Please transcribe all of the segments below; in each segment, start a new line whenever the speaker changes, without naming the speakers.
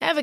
Ever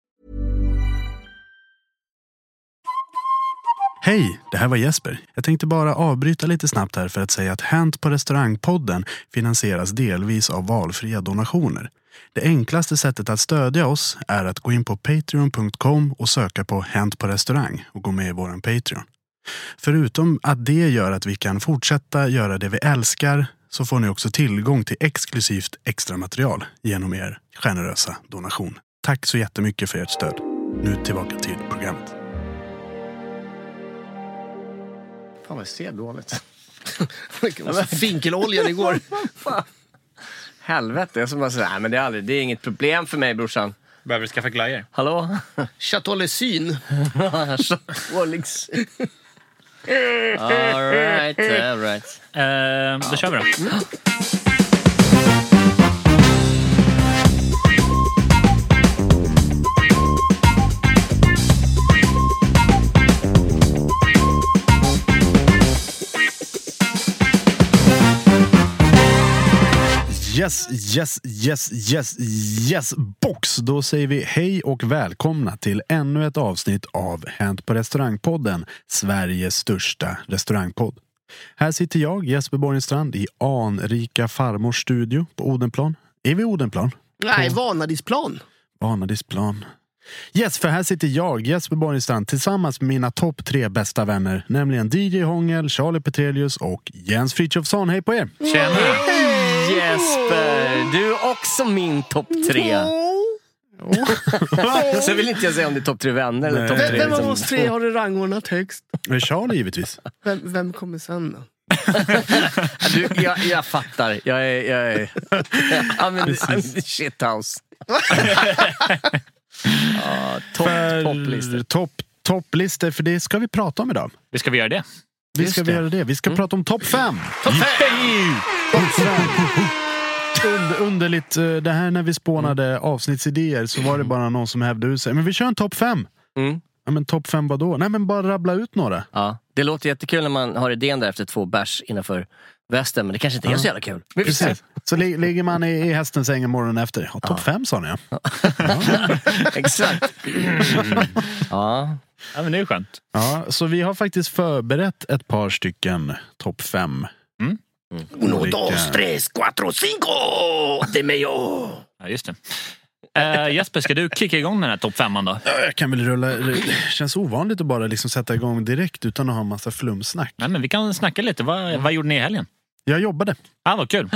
Hej, det här var Jesper. Jag tänkte bara avbryta lite snabbt här för att säga att Hänt på restaurangpodden finansieras delvis av valfria donationer. Det enklaste sättet att stödja oss är att gå in på patreon.com och söka på Hänt på restaurang och gå med i vår Patreon. Förutom att det gör att vi kan fortsätta göra det vi älskar så får ni också tillgång till exklusivt extra material genom er generösa donation. Tack så jättemycket för ert stöd. Nu tillbaka till programmet.
Fan vad jag ser dåligt. Finkeloljan igår. Helvete. Jag som bara såhär, nej men det är, aldrig, det är inget problem för mig brorsan.
Behöver du skaffa glajjor?
Hallå?
Chateau Le Syn.
Ålings. Alright, alright.
Eh, då kör vi då.
Yes, yes, yes, yes, yes box! Då säger vi hej och välkomna till ännu ett avsnitt av Hänt på restaurangpodden, Sveriges största restaurangpodd. Här sitter jag, Jesper Borgenstrand, i anrika farmors studio på Odenplan. Är vi Odenplan?
Nej, Vanadisplan.
Vanadisplan. Yes, för här sitter jag, Jesper Borgenstrand, tillsammans med mina topp tre bästa vänner, nämligen DJ Hångel, Charlie Petrelius och Jens Frithiofsson. Hej på er!
Tjena!
Jesper, du är också min topp tre. Sen vill inte jag säga om det är topp tre vänner eller
Nej.
topp
Vem,
tre.
vem av
liksom.
oss tre har du rangordnat högst?
Charlie givetvis.
Vem, vem kommer sen då?
Du, jag, jag fattar. Jag är... Jag är I'm in, I'm in the shit house. ja, topp,
För-
topplistor.
Eh, Topp, topplistor, för det ska vi prata om idag.
Vi ska vi göra det?
Vi
Just
ska
det.
det. göra det. Vi ska prata om topp fem. Topp Under, underligt. eh, Det här när vi spånade avsnittsidéer så var det bara någon som hävde ur sig. Men vi kör en topp fem.
Mm.
Ja, men topp fem vadå? Nej, men bara rabbla ut några.
Ja, det låter jättekul när man har idén där efter två bärs innanför västen, men det kanske inte är så jävla kul. Vi får se.
Så li- ligger man i, i hästens säng morgonen efter. Ja, topp fem sa ni ja.
Exakt. ja.
Mm. Ja, men det är skönt.
ja. Så vi har faktiskt förberett ett par stycken topp fem.
Uno,
Olika.
dos, tres, cuatro, cinco! De meo!
Ja, just det. Eh, Jesper, ska du kicka igång med den här topp femman då?
Ja, Jag kan väl rulla. Det känns ovanligt att bara liksom sätta igång direkt utan att ha en massa flumsnack.
Nej, men vi kan snacka lite. Vad, vad gjorde ni i helgen?
Jag jobbade.
Ah, vad kul!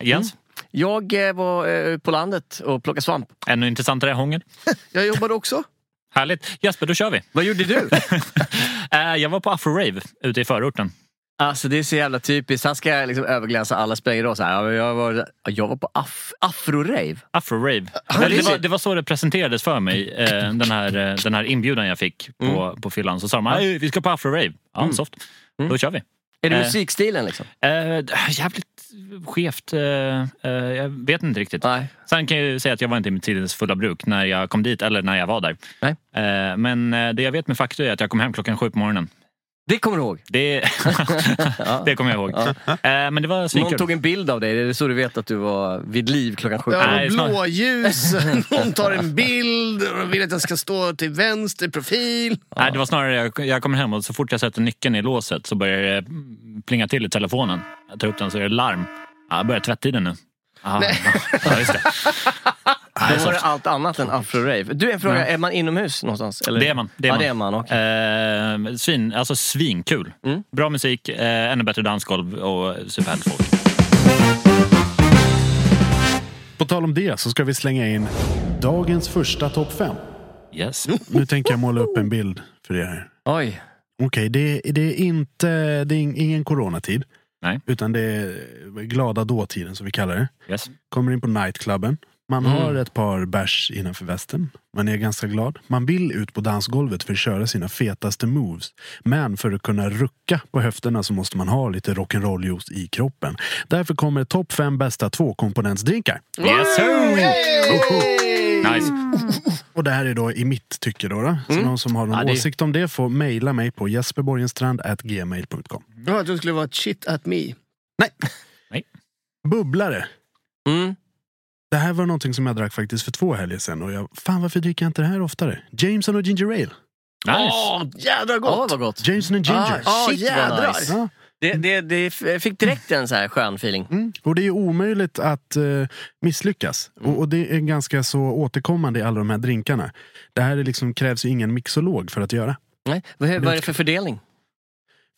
Jens?
Mm. Jag eh, var eh, på landet och plockade svamp.
Ännu intressantare hångel.
Jag jobbade också.
Härligt. Jesper, då kör vi.
Vad gjorde du?
Eh, jag var på afro-rave ute i förorten.
Alltså det är så jävla typiskt. Han ska liksom överglänsa alla spegeln idag. Så här, ja, men jag, var, ja, jag var på af, afro-rave.
Afro-rave. Eller det, var, det var så det presenterades för mig, eh, den, här, eh, den här inbjudan jag fick på,
Mm.
på fyllan. Så sa de "Hej, vi ska på afro-rave. Ja, soft. Då kör vi.
Är det
Eh.
musikstilen liksom?
Eh, jävligt skevt. Eh, eh, jag vet inte riktigt.
Nej.
Sen kan jag ju säga att jag var inte i mitt tidens fulla bruk när jag kom dit eller när jag var där.
Nej.
Eh, men eh, det jag vet med faktum är att jag kom hem klockan sju på morgonen.
Det kommer du ihåg?
Det, det kommer jag ihåg. Eh, men det var
Någon
svinkul.
tog en bild av dig. Det är så du vet att du var vid liv klockan sju.
Nej,
Ja,
snarare-
blåljus, någon tar en bild och vill att jag ska stå till vänster profil.
Nej, det var snarare jag, jag kommer hem och så fort jag sätter nyckeln i låset så börjar det plinga till i telefonen. Jag tar upp den så är det larm. Ja, jag börjar tvättiden nu. Aha, ja, just det.
Då var det allt annat än afro-rave. Du, en fråga. Är man inomhus någonstans? Eller?
Det är man. Det är
ja,
man.
Det är man okej. Mm.
Eh, svin, alltså svinkul. Bra musik, eh, ännu bättre dansgolv och superhärligt folk.
På tal om det så ska vi slänga in dagens första topp fem.
Yes.
Nu tänker jag måla upp en bild för er här.
Oj.
Okej, det, det är inte... Det är in- ingen coronatid.
Nej.
Utan det är glada dåtiden som vi kallar det.
Yes. Mm.
Kommer in på nightclubben. Man har ett par bärs innanför västen. Man är ganska glad. Man vill ut på dansgolvet för att köra sina fetaste moves. Men för att kunna rucka på höfterna så måste man ha lite rock'n'roll-juice i kroppen. Därför kommer topp fem bästa tvåkomponentsdrinkar.
Yes, sir. Nice.
Mm.
Och det här är då i mitt tycke. Då, då. Så någon som har någon
Mm. Ja, det-
åsikt om det får mejla mig på jesperborgenstrand.gmail.com.
Jag att det skulle vara shit at me.
Bubblare.
Mm.
Det här var någonting som jag drack faktiskt för två helger sedan. Och jag, fan varför dricker jag inte det här oftare? Jameson och ginger ale.
nice.
Åh, jädra gott!
Ja, vad gott.
Jameson and ginger.
Ah,
shit,
jädrar.
vad nice.
Ja.
Det, det, det f- fick
Eh.
direkt en så här skön feeling.
Mm. Och det är ju omöjligt att eh, misslyckas.
Mm.
Och, och det är ganska så återkommande i alla de här drinkarna. Det här är liksom, krävs ju ingen mixolog för att göra.
Nej. Vad, vad är det för fördelning?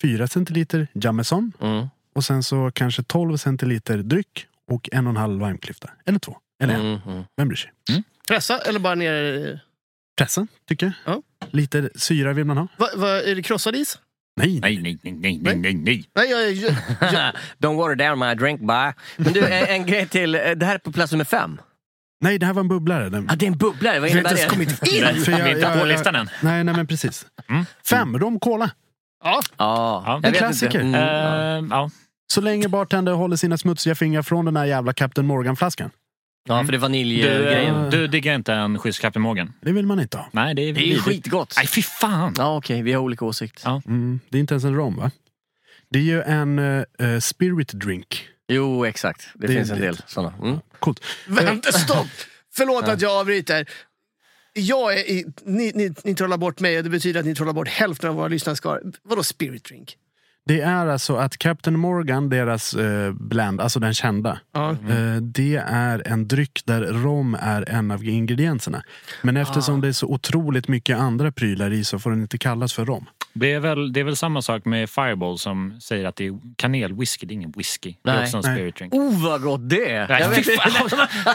Fyra centiliter Jameson
Mm.
och sen så kanske 12 centiliter dryck och en och en halv limeklyfta. Eller två. Eller en.
Mm, mm.
Vem bryr sig?
Pressa eller bara ner i-
Pressen, tycker jag.
Ja.
Lite syra vill man ha.
Va, va, Är det krossad is?
Nej, nej.
Nej, nej, nej, nej, nej, nej, nej.
Nej, jag, jag,
Don't water down my drink, bye. Men du, en, en grej till. Eh, Det här är på plats nummer fem.
nej, det här var en bubblare. Den,
Ah, det är en bubblare. Vad innebär det?
Nej,
För
Vi
jag-
är inte
jag-
på
jag-
listan än.
Nej, nej, men precis.
Mm.
Fem, rom cola.
Ja,
Ja.
jag
En
vet
klassiker.
inte. Mm, ja.
Eh, ja.
Så länge bartender håller sina smutsiga fingrar från den här jävla Captain Morgan-flaskan.
Ja, för det är
Du,
vaniljgrejen.
eh, du diggar inte en schysst Captain Morgan?
Det vill man inte ha.
Nej, det är
Det är ju
vidrigt.
skitgott.
Nej, fy fan.
Ja, okej. Vi har olika åsikt.
Ja.
Mm, det är inte ens en rom, va? Det är ju en eh, eh, spirit drink.
Jo, exakt. Det,
Det är
finns en
det.
del sådana. Mm.
Coolt. Eh,
vänta, stopp! Förlåt att jag avbryter. Jag är, i- ni, ni, ni trollar bort mig och det betyder att ni trollar bort hälften av våra lyssnarskar. Vadå spirit drink?
Det är alltså att Captain Morgan, deras eh, blend, alltså den kända, eh,
Mm.
det är en dryck där rom är en av ingredienserna. Men
Ah.
eftersom det är så otroligt mycket andra prylar i så får den inte kallas för rom.
Det är, väl, det är väl samma sak med Fireball som säger att det är kanelwhisky, det är ingen whisky. det är
Nej.
också en
Nej.
spirit drink.
Oh, vad gott det är!
Nej,
Jag vet
fy
inte.
fan.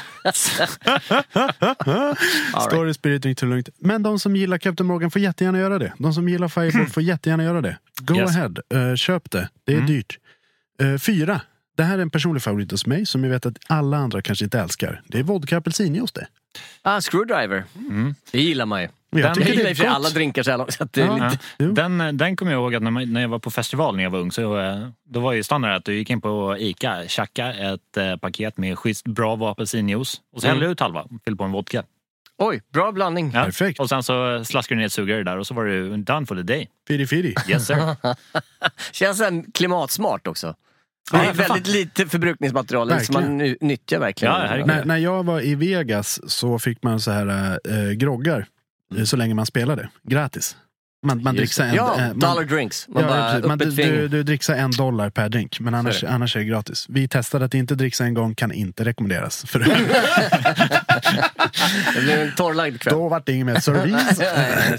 Story Spirit Drink till lugnt. Men de som gillar Captain Morgan får jättegärna göra det. De som gillar Fireball
Mm.
får jättegärna göra det. Go
Yes.
ahead, Eh, köp det. Det är dyrt. Eh, fyra. Det här är en personlig favorit hos mig som jag vet att alla andra kanske inte älskar. Det är vodka apelsinjuice det.
Ah, screwdriver.
Mm.
Det gillar man ju.
Men
Den
Jag
Jag
tycker
gillar
det
i och för sig
är
alla
gott.
drinkar så här långt. Så att det är
Ja.
lite...
Jo.
Den, den kommer jag ihåg att när, man, när jag var på festival när jag var ung så eh, då var ju standard att du gick in på Ica, tjacka ett eh, paket med schysst Bravo apelsinjuice och så hällde
Mm.
du ut halva och fyllde på en vodka.
Oj, bra blandning.
Ja.
Perfekt.
Och sen så slaskade du ner ett sugrör där och så var du done for the day.
Firi firi.
Yes sir.
Känns den klimatsmart också. Det är
Ja, för fan.
väldigt lite förbrukningsmaterial som
Verkligen.
man nu, nyttjar verkligen.
Ja, herregud.
När, när jag var i Vegas så fick man så här eh, groggar eh, så länge man spelade. Gratis. Man, man dricksar en...
Mm. ja,
eh, man,
dollar drinks. Man
Ja,
bara,
precis.
upp
man,
ett
du,
finger.
du, du dricksar en dollar per drink, men annars,
är
annars är det gratis. Vi testade att inte dricksa en gång, kan inte rekommenderas. För
Det blir en torrlagd kväll.
då vart det ingen mer service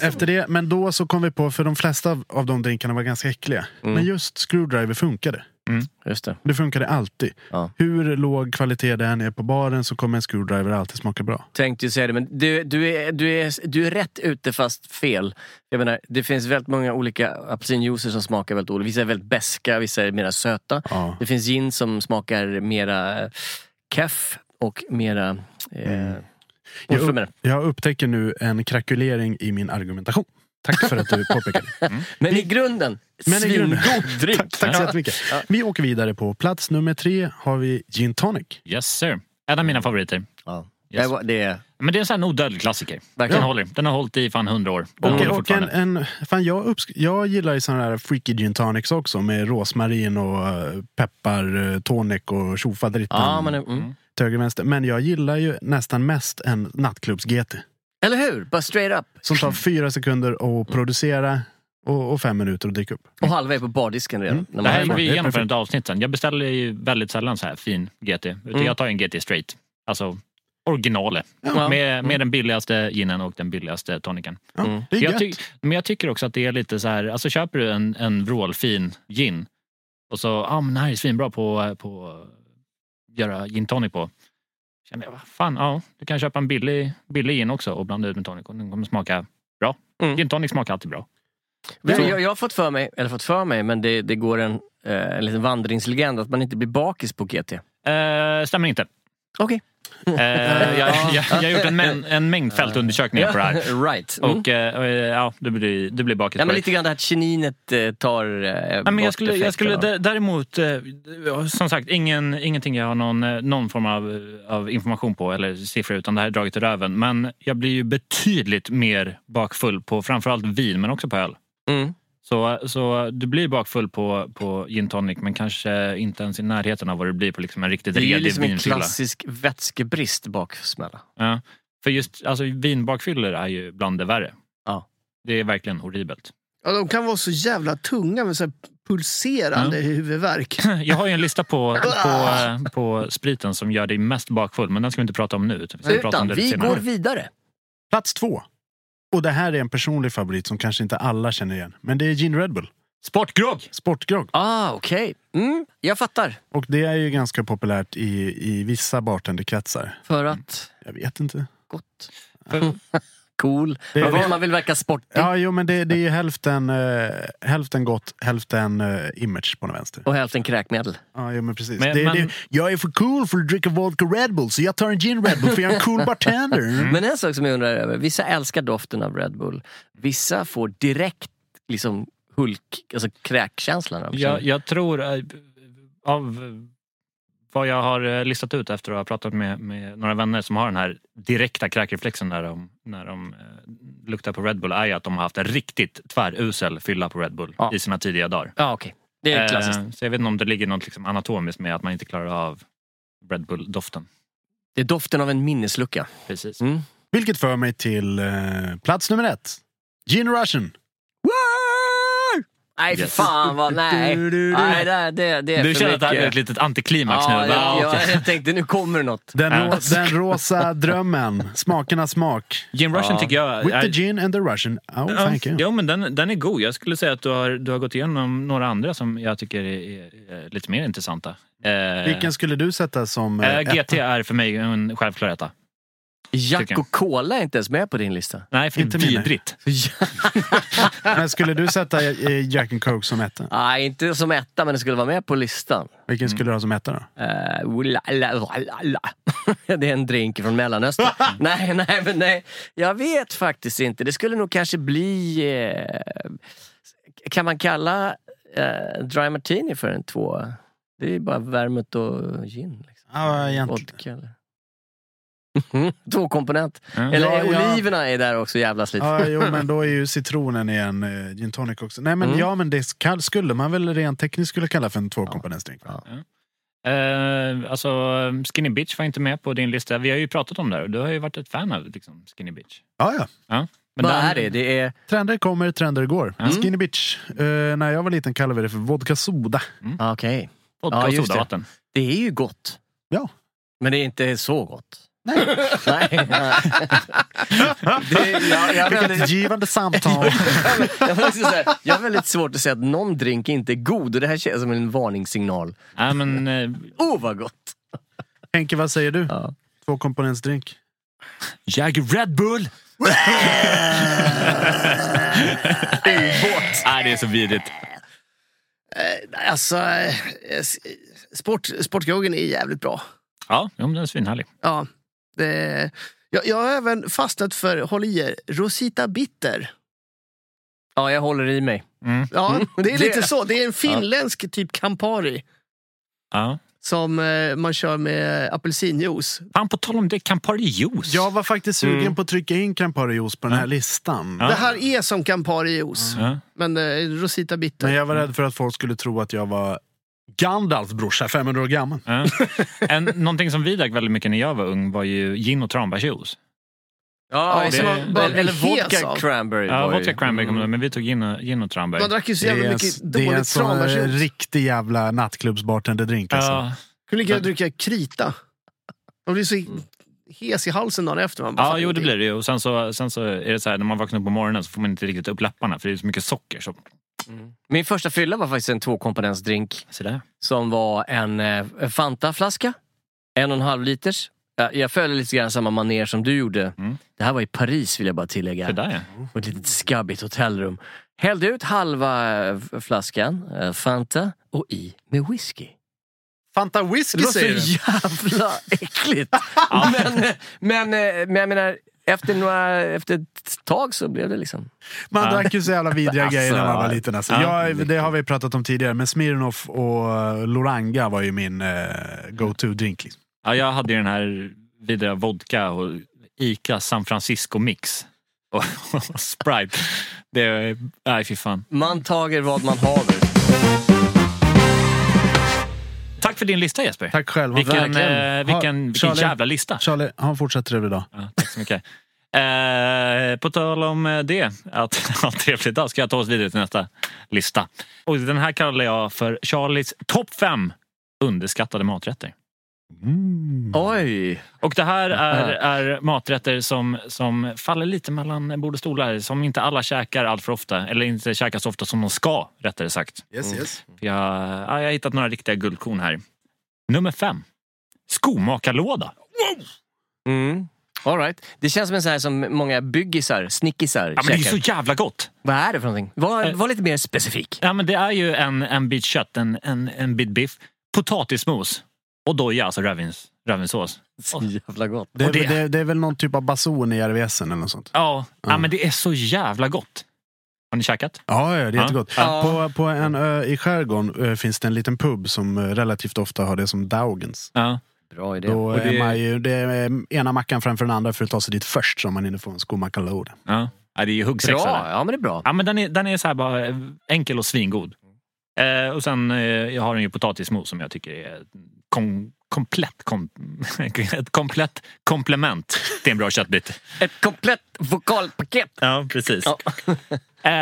efter det.
Mm.
Men då så kom vi på, för de flesta av- av de drinkarna var ganska äckliga. Men just screwdriver funkade.
Just det.
Det funkade alltid.
Ja.
Hur låg kvalitet det än är på baren så kommer en screwdriver alltid smaka bra.
Tänkte ju säga det, men du, du, är, du, är, du är rätt ute fast fel. Jag menar, det finns väldigt många olika apelsinjuicer som smakar väldigt olika. Vissa är väldigt beska, vissa är mera söta.
Ja.
Det finns gin som smakar mera keff och mera... Eh,
Mm. Jag,
orfumera.
upp, jag upptäcker nu en krakulering i min argumentation. Tack för att du påpekade det.
Men i grunden,
Men i grunden-
svingod dryck!
Tack, tack så jättemycket. Vi åker vidare. På plats nummer tre har vi gin tonic.
Yes sir. En av mina favoriter.
Ja.
Yes.
Det var- Det är...
Men det är en sån här odödlig klassiker. Den
Verkligen.
håller. Den har hållit i fan hundra år. Den
Och,
håller
och en,
fortfarande.
en, fan jag, uppsk- jag gillar ju såna där freaky gin tonics också med rosmarin och eh, peppar, eh, tonic och tjofaderittan.
Ja, men, mm.
till höger och vänster. Men jag gillar ju nästan mest en nattklubbs-GT.
Eller hur? Bara straight up.
Som tar fyra sekunder att producera och, och fem minuter att dricka upp.
Och halva är på bardisken redan. När man
Det här
har-
är vi
det är
igenom för
perfekt.
ett avsnitt sen. Jag beställer ju väldigt sällan så här fin GT. Utan
Mm.
Jag tar ju en GT straight. Alltså originalet. Med, med den billigaste ginen och den billigaste toniken.
Ja, Mm. Det är
Jag
gött.
ty- men jag tycker också att det är lite så här, alltså köper du en, en vrålfin gin och så, ja ah, men den här är svinbra på, på att göra gin tonic på. Känner jag, vad fan, ja, du kan köpa en billig, billig gin också och blanda ut med tonic och den kommer smaka bra.
Mm.
Gin tonic smakar alltid bra.
Men jag, jag har fått för mig, eller fått för mig, men det, det går en, eh, en liten vandringslegend att man inte blir bakis på GT.
Eh, stämmer inte.
Okej.
Eh, jag, jag, jag har gjort en, mäng- en mängd fältundersökningar på det här.
right. Mm.
Och eh, ja, det blir, det blir bakis.
ja,
på
men
det.
lite grann det här att kininet eh, tar eh,
Nej, men
bort
jag skulle, jag skulle
effekten
dä-
av-
däremot, eh, ja, som sagt, ingen, ingenting jag har någon, eh, någon form av, av information på eller siffror, utan det här är draget ur röven. Men jag blir ju betydligt mer bakfull på framförallt vin, men också på öl.
Mm.
Så, så du blir bakfull på, på gin tonic, men kanske inte ens i närheten av vad du blir på liksom en riktigt
Det är ju
redig
liksom en
vinfylla.
klassisk vätskebrist baksmälla.
Ja. För just alltså, vinbakfyllor är ju bland det värre.
Ja.
Det är verkligen horribelt.
Ja, de kan vara så jävla tunga med så här pulserande huvudvärk.
Jag har ju en lista på, på, eh, på spriten som gör dig mest bakfull, men den ska vi inte prata om nu. Utan vi ska prata om
Utan
det
vi
lite senare.
går vidare.
Plats två. Och det här är en personlig favorit som kanske inte alla känner igen. Men det är gin Red Bull.
Sportgrogg!
Sportgrogg.
Ah, okej. Mm, jag fattar.
Och det är ju ganska populärt i, i vissa bartenderkretsar.
För att...
Mm.
Jag vet inte.
Gott.
För-
cool.
Det-
Men vad man vill verka sportig.
Ja, jo, men det, det är ju hälften, eh, hälften gott, hälften eh, image på den vänster.
Och hälften kräkmedel.
Ja, jo, men precis.
Men-
det,
men-
det, jag är för cool för att dricka vodka Red Bull, så jag tar en gin Red Bull för jag är en cool bartender.
Mm.
Men en sak som jag undrar över. Vissa älskar doften av Red Bull. Vissa får direkt liksom Hulk, alltså kräkkänslan. av det.
Jag, jag tror, eh, av eh, vad jag har eh, listat ut efter att ha pratat med, med några vänner som har den här direkta kräkreflexen när de, när de eh, luktar på Red Bull, är ju att de har haft en riktigt tvärusel fylla på Red Bull
Ja.
i sina tidiga dagar.
Ja, okej. Det är klassiskt.
Eh, Så jag vet inte om det ligger något liksom anatomiskt med att man inte klarar av Red Bull-doften.
Det är doften av en minneslucka.
Precis.
Mm.
Vilket för mig till eh, plats nummer ett. Gin Russian.
Nej, för
Yes.
fan vad... Nej,
Du, du, du.
nej det, det, det är
Du
för
känner att
mycket.
det här är ett litet antiklimax
ja,
nu?
jag,
Ja, okej.
jag, jag tänkte nu kommer det något.
Den,
Ja.
ro, den rosa drömmen. Smakernas smak.
Jim Russian tycker jag...
With the
är-
gin and the Russian. Oh,
Ja,
thank you.
Jo, men den, den är god. Jag skulle säga att du har, du har gått igenom några andra som jag tycker är, är, är lite mer intressanta. Eh,
Vilken skulle du sätta som...
eh,
eh,
GT är för mig en självklar etta.
Jack
tycker jag.
och Cola är inte ens med på din lista.
Nej, för
Inte min, nej.
vidrigt.
Men skulle du sätta eh, Jack and Coke som etta?
Nej, inte som etta, men det skulle vara med på listan.
Vilken skulle du ha som etta då?
Eh, la, la, la, la, la. Det är en drink från Mellanöstern. nej, nej, men nej. Jag vet faktiskt inte. Det skulle nog kanske bli... Eh, kan man kalla eh, Dry Martini för en tvåa? Det är bara vermouth och gin. Liksom.
Ja, egentligen.
Vodka eller... Två komponent.
Mm.
Eller
Ja,
är
ja.
oliverna är där också jävlas lite.
Ja, jo, men då är ju citronen i en eh, gin tonic också. Nej, men
Mm.
ja, men det ska- skulle man väl rent tekniskt skulle kalla för en tvåkomponentsdrink. va?
Eh, alltså, Skinny Bitch var inte med på din lista. Vi har ju pratat om det här och du har ju varit ett fan av liksom, Skinny Bitch.
Ja, ja.
Ja. Men
Vad
den-
är det? Det är...
Trender kommer, trender går.
Mm.
Skinny bitch. Eh, när jag var liten kallade vi det för vodka soda.
Mm.
Ah, Okej.
Vodka
Ja,
och
just det.
sodavatten.
Det är ju gott.
Ja.
Men det är inte så gott. Nej. Det, jag, jag, har väldigt,
Vilket givande samtal.
jag, har liksom så här, jag har väldigt svårt att säga att någon drink inte är god och det här känns som en varningssignal.
Nej, men, eh,
Oh vad gott!
Henke, vad säger du?
Ja.
Tvåkomponentsdrink.
jag Red Bull! Nej, det är så vidrigt.
Eh, Alltså, eh, s- sport, sportgroggen är jävligt bra.
Ja, jo, men den är svinhärlig.
Ja, det, jag, jag har även fastnat för, håll i er, Rosita Bitter.
Ja, jag håller i mig.
Mm.
Ja, det är lite
Det-
så. Det är en finländsk typ Campari
Ja.
som eh, man kör med apelsinjuice.
Fan, på tal om det, Campari juice.
Jag var faktiskt sugen på att trycka in Campari juice på den här listan.
Mm. Ja.
Det här är som Campari juice,
Ja.
men eh, Rosita Bitter.
Men jag var rädd för att folk skulle tro att jag var Gandalfs brorsa, 500 år gammal.
Ja. En, någonting som vi drack väldigt mycket när jag var ung var ju gin och tranbärsjuice.
Ja,
Ja,
det-
som man,
bara alltså.
eller,
blir
eller
hes av.
vodka cranberry.
Ja,
var ju- Mm.
vodka cranberry kommer det, men vi tog gin och, gin och tranbär.
Man drack ju så
Det är,
jävla
en,
mycket
det är en
dåligt
sån eh,
tranbärsjuice.
riktig jävla nattklubbsbartenderdrink. Alltså.
Ja,
Kunde lika gärna dricka krita. Man blir så
Mm.
hes i halsen dagen efter. Man bara,
ja
fan,
jo det blir det ju. Och sen så, sen så är det så här, när man vaknar upp på morgonen så får man inte riktigt upp läpparna för det är så mycket socker. Så,
Min första fylla var faktiskt en tvåkomponentsdrink
så där.
som var en eh, Fanta-flaska. En och en halv liters. Jag, jag följde lite grann samma maner som du gjorde.
Mm.
Det här var i Paris vill jag bara tillägga.
Så där ja.
på ett litet skabbigt hotellrum. Hällde ut halva eh, f- flaskan eh, Fanta och i med whisky.
Fanta
Det
whisky
var så
säger du?
jävla äckligt! men, eh, men, eh, men jag menar, efter, några, efter ett tag så blev det liksom...
Man
Ja.
drack ju så jävla vidriga
Alltså,
grejer när man var liten. Alltså.
ja.
Jag, det har vi pratat om tidigare, men Smirnoff och eh, Loranga var ju min eh, go-to-drink. Liksom.
ja. Jag hade ju den här vidriga vodka och Ica San Francisco mix. Och, och Sprite. Det, nej fy fan.
Man tager vad man haver.
Tack för din lista Jesper.
Tack själv.
Vilken,
verkligen.
eh, vilken, vilken
Charlie.
jävla lista.
Charlie, ha en fortsatt trevlig dag.
Ja, tack så mycket. Eh, på tal om eh, det, att ha en trevlig dag, ska jag ta oss vidare till nästa lista. Och den här kallar jag för Charlies topp fem underskattade maträtter.
Oj!
Och det här är, är maträtter som, som faller lite mellan bord och stolar, som inte alla käkar allt för ofta, eller inte käkar så ofta som de ska, rättare sagt.
Yes, yes.
För Jag, ja, jag har hittat några riktiga guldkorn här. Nummer fem. Skomakarlåda.
Mm. All right. Det känns som en sån här som många byggisar, snickisar
Ja, men det är ju
käkar.
så jävla gott!
Vad är det för någonting? Var,
Eh.
var lite mer specifik.
Ja, men det är ju en, en bit kött, en, en, en bit biff, potatismos och doja, alltså rödvins, rödvinssås.
Så jävla gott.
Det, är
Och det-
väl- det, det är väl någon typ av bason i Järvesen eller något sånt?
Ja, ja, men det är så jävla gott. Har ni käkat?
Ja, ja det är
Ja.
jättegott.
Ja.
På, på en ö i skärgården eh, finns det en liten pub som eh, relativt ofta har det som Daugens.
Ja.
Bra idé.
Då
Och det-
är man ju, det är eh, ena mackan framför den andra för att ta sig dit först så man hinner få en skomakarlåda.
ja. ja det är ju
Bra!
huggsexa. där.
Ja, men det är bra.
Ja, men den är, den är så här bara eh, enkel och svingod. Eh, och sen eh, jag har den ju potatismos som jag tycker är kom, komplett, kom, ett komplett komplement till en bra köttbit.
Ett komplett vokalpaket.
Ja, precis.
Ja.
Eh,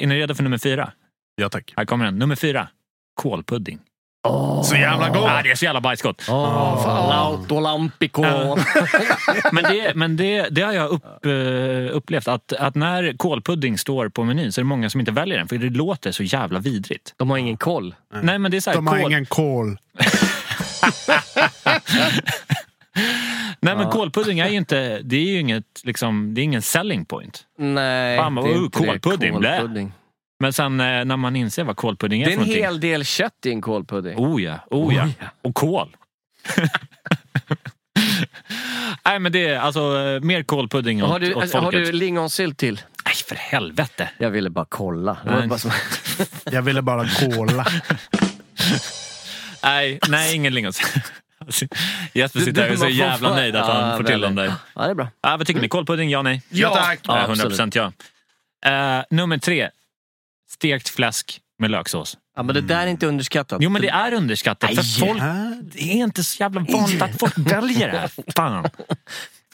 är ni redo för nummer fyra?
Ja tack.
Här kommer den. Nummer fyra. Kålpudding.
Så jävla gott!
Ja, det är så jävla bajsgott.
Oh, Autolampico.
Ja. Men, det, men det, det har jag upp, eh, upplevt, att, att när kålpudding står på menyn så är det många som inte väljer den för det låter så jävla vidrigt.
De har ingen koll.
Nej, men det är så här,
De har
kål,
ingen kol.
nej, men kålpudding är ju inte, det är ju inget, liksom, det är ingen selling point.
Nej,
Fan, vad-
det är
oh,
inte det.
kålpudding, blä. Men sen eh, när man inser vad kålpudding är,
Det är
för
en
någonting.
hel del kött i en kålpudding.
Oh ja, oh ja. Och kål. nej, men det är alltså eh, mer kålpudding åt,
har, du,
åt
alltså, har
folket.
du lingonsylt till?
Nej, för helvete.
Jag ville bara kolla. Det var
Nej.
bara som...
Jag ville bara kola.
Nej, nej ingen lingonsylt. Alltså, Jesper sitter här och är så
Man får
jävla
få-
nöjd att han
Ja,
får till
väldigt.
den där.
Ja, det är bra.
Ja, vad tycker ni? Kålpudding, ja nej?
Ja, tack.
Ja,
Ja,
100 procent ja. Eh, nummer tre. Stekt fläsk med löksås.
Ja, men det där är inte underskattat.
Mm. Jo, men det är underskattat. För folk,
Ja.
det är inte så jävla vanligt att folk väljer det här. Fan. Nej,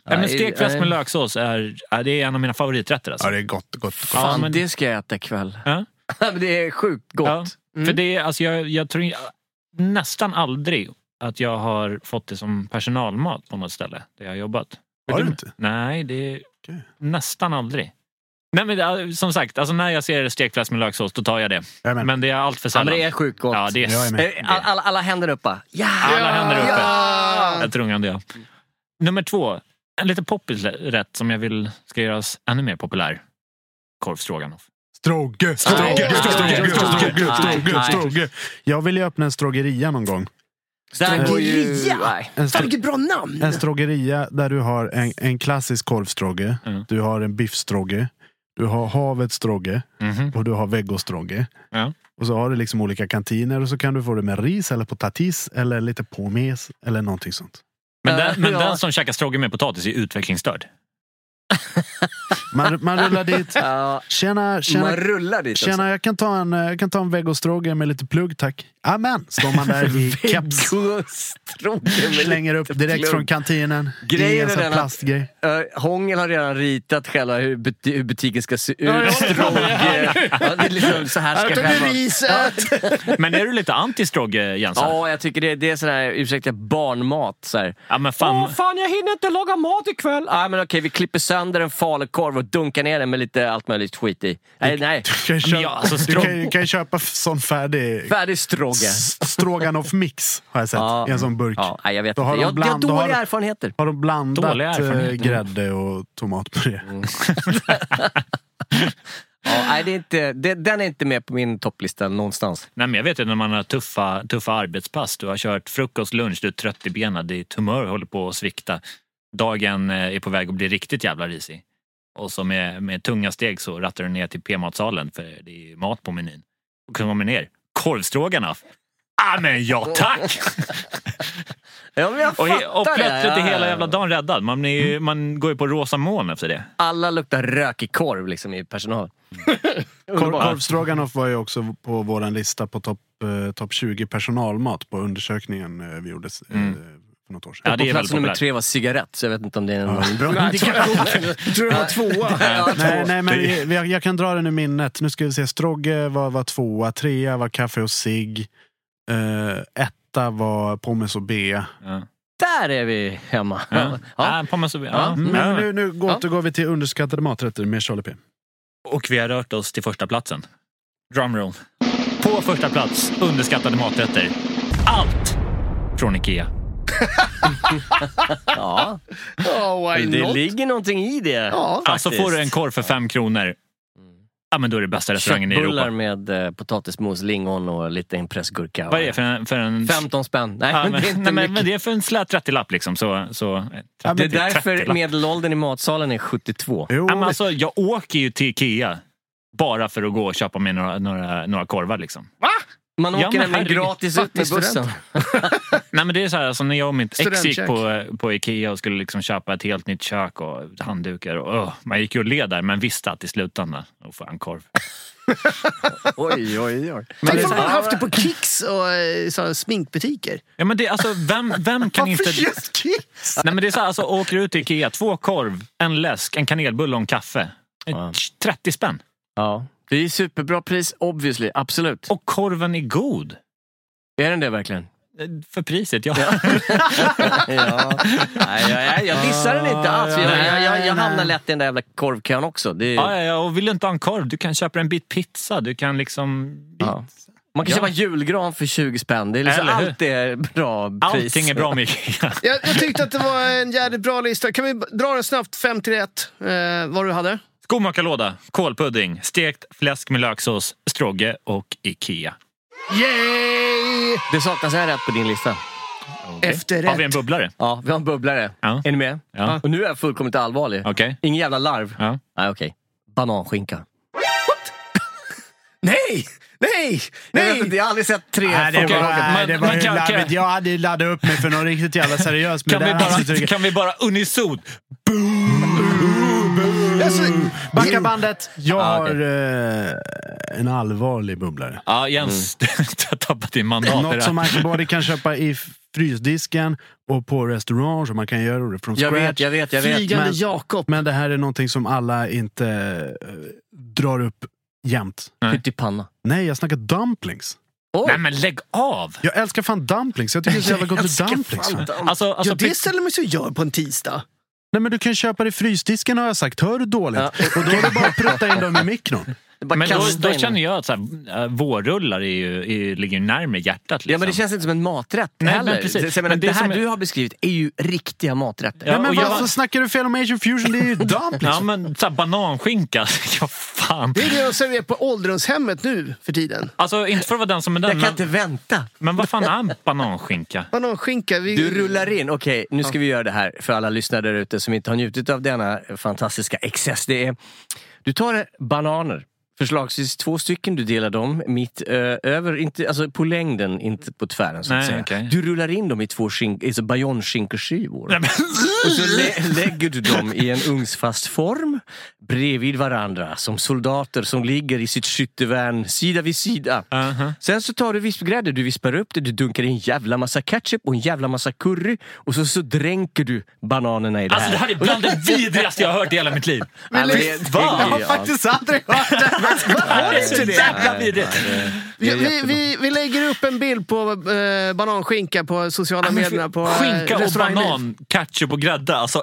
men
Nej,
stekt fläsk
nej.
med löksås är, ja, det är en av mina favoriträtter. Alltså.
ja, det är gott. gott.
Ja,
Fan,
men-
det ska jag äta ikväll.
Ja.
Men det är sjukt gott. Mm.
Ja, För det är, alltså, jag, jag tror nästan aldrig att jag har fått det som personalmat på något ställe där jag har jobbat.
Har du inte?
Nej, det är
Okej.
nästan aldrig. Nej, men det, är- som sagt, alltså när jag ser stekfläsk med löksås då tar jag det.
Jag med.
Men det är allt för
Ja,
sällan.
men det är sjukt gott.
Ja, det
Jag är
är...
med.
Eh, Alla, alla, alla händer uppe. Ja!
Alla händer uppe.
Ja!
Ett rungande ja. Nummer två. En lite poppis rätt som jag vill ska göras ännu mer populär. Korvstroganoff.
Stroge, stroge,
Nej.
stroge, stroge,
Nej.
stroge,
Nej.
stroge. Jag vill ju öppna en strogeria någon gång.
Där går ju...
Strogeria.
Nej.
En,
Fan
stro-
vilket bra namn!
en strogeria där du har en, en klassisk korvstroge,
Mm.
du har en biffstroge, du har havets stroge
Mhm.
och du har vegostroge.
Ja.
Och så har du liksom olika kantiner och så kan du få det med ris eller potatis eller lite pommes eller någonting sånt.
Men, den, men
Ja.
den som käkar strogge med potatis är utvecklingsstörd.
Man, man rullar dit.
Ja,
Tjena,
man
tjena,
rullar dit. alltså.
tjena jag, kan ta en, eh, jag kan ta en vegostroge med lite plugg tack. Amen, står man där i keps.
Veggostroke med
Slänger upp
lite
direkt
plugg.
från kantinen.
Grejen
I en
är
sån
den att-
plastgrej.
Eh, Hångel har redan ritat själva hur, buti- hur butiken ska se
jag
ut.
håller på
Stråge.
med det här
Ja, det är liksom så här
Här
ska
tog du
det
riset!
Men är du lite anti-strogge Jensa?
Ja, jag tycker det, det är sån här, ursäkta, barnmat. Så här.
Ja, men fan.
Åh fan, jag hinner inte laga mat ikväll! Nej men okej, vi klipper sönder en falukorv och dunkar ner den med lite allt möjligt skit i. Nej, nej.
Du kan ju köpa,
ja, alltså,
du kan, ju-
strog-
kan ju köpa f- sån färdig
Färdig strogge.
s- stroganoff-mix har jag sett
Ja.
i en sån burk.
Ja, nej, jag vet
Då
inte.
har
Jag,
de
jag har
bland- då har
dåliga
de-
erfarenheter.
Har de blandat
Dåliga
eh,
erfarenheter.
grädde och tomatpuré?
Ja, nej, det är inte, det, den är inte med på min topplista någonstans.
Nej, men jag vet ju när man har tuffa, tuffa arbetspass. Du har kört frukost, lunch, du är trött i benen, ditt humör håller på att svikta. Dagen eh, är på väg att bli riktigt jävla risig. Och så med, med tunga steg så rattar du ner till p-matsalen för det är ju mat på menyn. Och kommer ner, korvstroganoff. Ah, men ja tack!
Ja, men jag
och, he-
fattar
och plötsligt
det.
är hela jävla dagen räddad. Man, är ju, man går ju på rosa moln efter det.
Alla luktar rökig korv liksom, i personalen.
Kor- Korvstroganoff var ju också på vår lista på topp eh, top 20 personalmat på undersökningen eh, vi gjorde eh, för något år sedan.
Ja, det
på
är
plats
väldigt
nummer
populärt.
tre var cigarett, så jag vet inte om det är någon...
Bra indikation.
Jag tror det var tvåa.
Nej, nej, men vi- vi- jag kan dra den ur minnet. Nu ska vi se. Strogge var, var tvåa, trea var kaffe och cigg. Eh, etta var pommes och bea.
Ja.
Där är vi hemma!
Ja.
Ja.
Ja. pommes och-
Ja.
Ja.
Men
Mm. Ja.
nu, nu går- återgår vi till underskattade maträtter med Charlie P.
Och vi har rört oss till första platsen. Drumroll. På första plats, underskattade maträtter. Allt från Ikea.
Ja.
Ja, why
Det
not?
ligger någonting i det.
Ja.
Alltså får du en korv för fem kronor, ja men då är det bästa restaurangen i
Köttbullar
Europa.
med eh, potatismos, lingon och lite en pressgurka.
Vad är det för en... För en
15 spänn. Nej,
Ja,
men,
men,
det är inte
nej, men, men
mycket.
det är för en slät 30-lapp liksom. Så, så,
men
Det är
30
därför
30-lapp.
medelåldern i matsalen är 72.
Jo,
Ja, men alltså, jag åker ju till Ikea bara för att gå och köpa mig några, några, några korvar. Liksom.
Man
Ja,
åker
men
nämligen
herregud.
gratis ut med
Fattig
bussen.
student.
Nej, men det är så här, alltså, när jag och mitt ex gick
Studentkäk.
på, på Ikea och skulle liksom köpa ett helt nytt kök och handdukar. Och, öh, man gick ju och led där, men visste att i slutändan, åh fan korv.
Oj, oj, oj.
Tänk om man hade haft det på Kicks och eh, så här sminkbutiker.
Ja, men det, alltså, vem, vem kan inte...
Varför just Kicks?
Nej, men det är så här, alltså, åker ut till Ikea, två korv, en läsk, en kanelbulle och en kaffe.
Ja.
30 spänn.
Ja. Det är ju superbra pris, obviously. Absolut.
Och korven är god.
Är den det verkligen?
Eh, För priset, ja.
Ja. Nej, jag, jag, jag dissar den inte alls. Jag, jag, jag, jag hamnar lätt i den där jävla korvkön också. Det är,
Ja, ja, ja, och vill du inte ha en korv, du kan köpa en bit pizza. Du kan liksom...
Ja. Man kan
Ja.
köpa julgran för 20 spänn. Det är liksom
Eller hur?
allt är bra pris.
Allting är bra med Ikea.
Jag, jag tyckte att det var en jävligt bra lista. Kan vi b- dra den snabbt, fem till ett, eh, vad du hade?
Skomakarlåda, kålpudding, stekt fläsk med löksås, strogge och Ikea.
Yay!
Det saknas en rätt på din lista.
Efterrätt.
Har vi en bubblare?
Ja, vi har en bubblare.
Ja.
Är ni med?
Ja.
Och nu är jag fullkomligt allvarlig.
Okej.
Ingen jävla larv.
Ja.
Nej, okej. Bananskinka.
Nej! Nej!
Jag, vet
Nej!
inte, jag har aldrig sett tre
Nej, det
folk-
Okej,
var, nej,
man-
det var
man
ju
kan-
larvigt.
kan-
Jag hade ju laddat upp mig för något riktigt jävla seriöst. men
Kan,
där
vi
hade jag
bara,
inte-
kan vi bara unisont?
Alltså,
Backa bandet! Jag
Ah,
har
okej.
eh, en allvarlig bubblare.
Ja, Jens, du har tappat din mandat. i det här.
Något som man både kan köpa i frysdisken och på restaurang och man kan göra det från
Jag
scratch.
vet, jag vet, jag vet.
flygande
men-
Jakob.
Men det här är någonting som alla inte eh, drar upp jämt.
Pyttipanna.
Nej, jag snackar dumplings.
Nej men lägg av!
Jag älskar fan dumplings. Jag tycker det är så jävla gott
Älskar
med dumplings.
fan
fan.
dumplings.
Alltså, alltså,
ja, det ställer man sig och gör på en tisdag.
Nej men du kan köpa det i frysdisken har jag sagt. Hör du dåligt? Och då är det bara att prutta in dem i mikron.
Det är bara
men då,
kasta
då
in.
känner jag att så här, äh, vårrullar är ju, är, ju- ligger ju närmare hjärtat. Liksom.
Ja men det känns inte som en maträtt
Nej, men
heller.
precis.
Så jag menar,
Men det
det, här
som är-
du har beskrivit är ju riktiga maträtter.
Ja,
Nej men
och jag-
vad så snackar du fel om Asian fusion? Det är ju liksom. dumplings.
Ja, men så här, bananskinka. ja, fan.
Det är det de serverar på ålderdomshemmet nu för tiden.
Alltså inte för att vara den som är den,
Jag kan
men,
inte vänta.
men vad fan är en bananskinka?
Bananskinka. Vi...
Du rullar in. Okej, nu ska vi göra det här för alla lyssnare där ute som inte har njutit av denna fantastiska excess. Det är, du tar bananer, förslagsvis två stycken. Du delar dem mitt eh, över, inte, alltså på längden, inte på tvären. Så att
Nej,
säga.
okej.
Du rullar in dem i två skink, alltså bajonskinkeskivor. Och så lä- lägger du dem i en ugnsfast form bredvid varandra som soldater som ligger i sitt skyttevärn sida vid sida.
Aha.
Sen så tar du vispgrädde, du vispar upp det, du dunkar i en jävla massa ketchup och en jävla massa curry och så, så dränker du bananerna i det här.
Alltså det här är bland det vidrigaste jag har hört i hela mitt liv.
Ja, men det- det är ju-
aldrig hört det. Har
Det
ni
är så
inte det?
jävla vidrigt.
Vi, vi, vi, vi lägger upp en bild på eh, bananskinka på sociala medierna. På, eh,
Skinka och
restaurang Liv.
banan, ketchup och grädde. Alltså.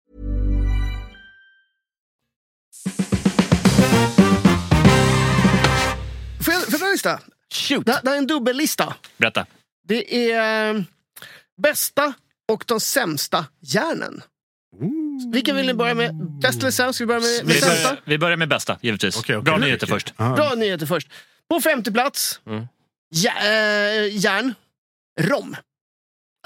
Får jag, får jag dra en lista?
Shoot!
Det, det här är en dubbellista.
Berätta.
Det är eh, bästa och de sämsta järnen. Vilka vill ni börja med? Bäst eller sämst? Ska vi börja med, med
Vi
sämsta?
börjar, vi börjar med bästa, givetvis.
Okej, okej,
Bra
okej.
nyheter först.
Ja.
Bra nyheter först. På femte plats, ja, eh, järn. Rom.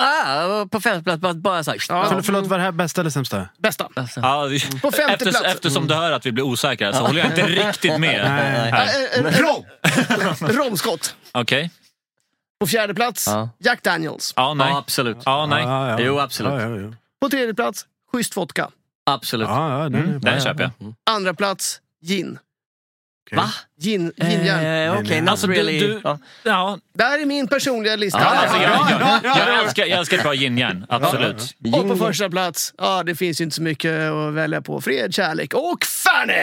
Ah, på femte plats, bara, bara så här.
Ja.
Förlåt, förlåt, var det här bästa eller sämsta?
Bästa.
Ja, vi-
Mm. På femte
Efters,
plats.
Eftersom du hör att vi blir osäkra så håller jag inte riktigt med. här.
Eh, eh, Rom! Romskott.
Okej.
På fjärde plats,
Ja.
Jack Daniels.
Ja, nej.
Ja, absolut.
Ja, nej.
Ja, ja, ja.
Jo, absolut.
Ja, ja, ja.
På tredje plats, schysst vodka.
Absolut.
Mm.
Ja, ja, den är
Den köper jag.
Andra plats, gin. Va? Gin, ginjärn.
Eh, okej, not
Alltså, du-
really.
du-
ja.
Det här är min personliga lista.
Ja, alltså, jag, jag, jag, älskar, jag älskar ett bra yin-yang, absolut.
Och på första plats, ja, det finns ju inte så mycket att välja på. Fred, kärlek och Fanny!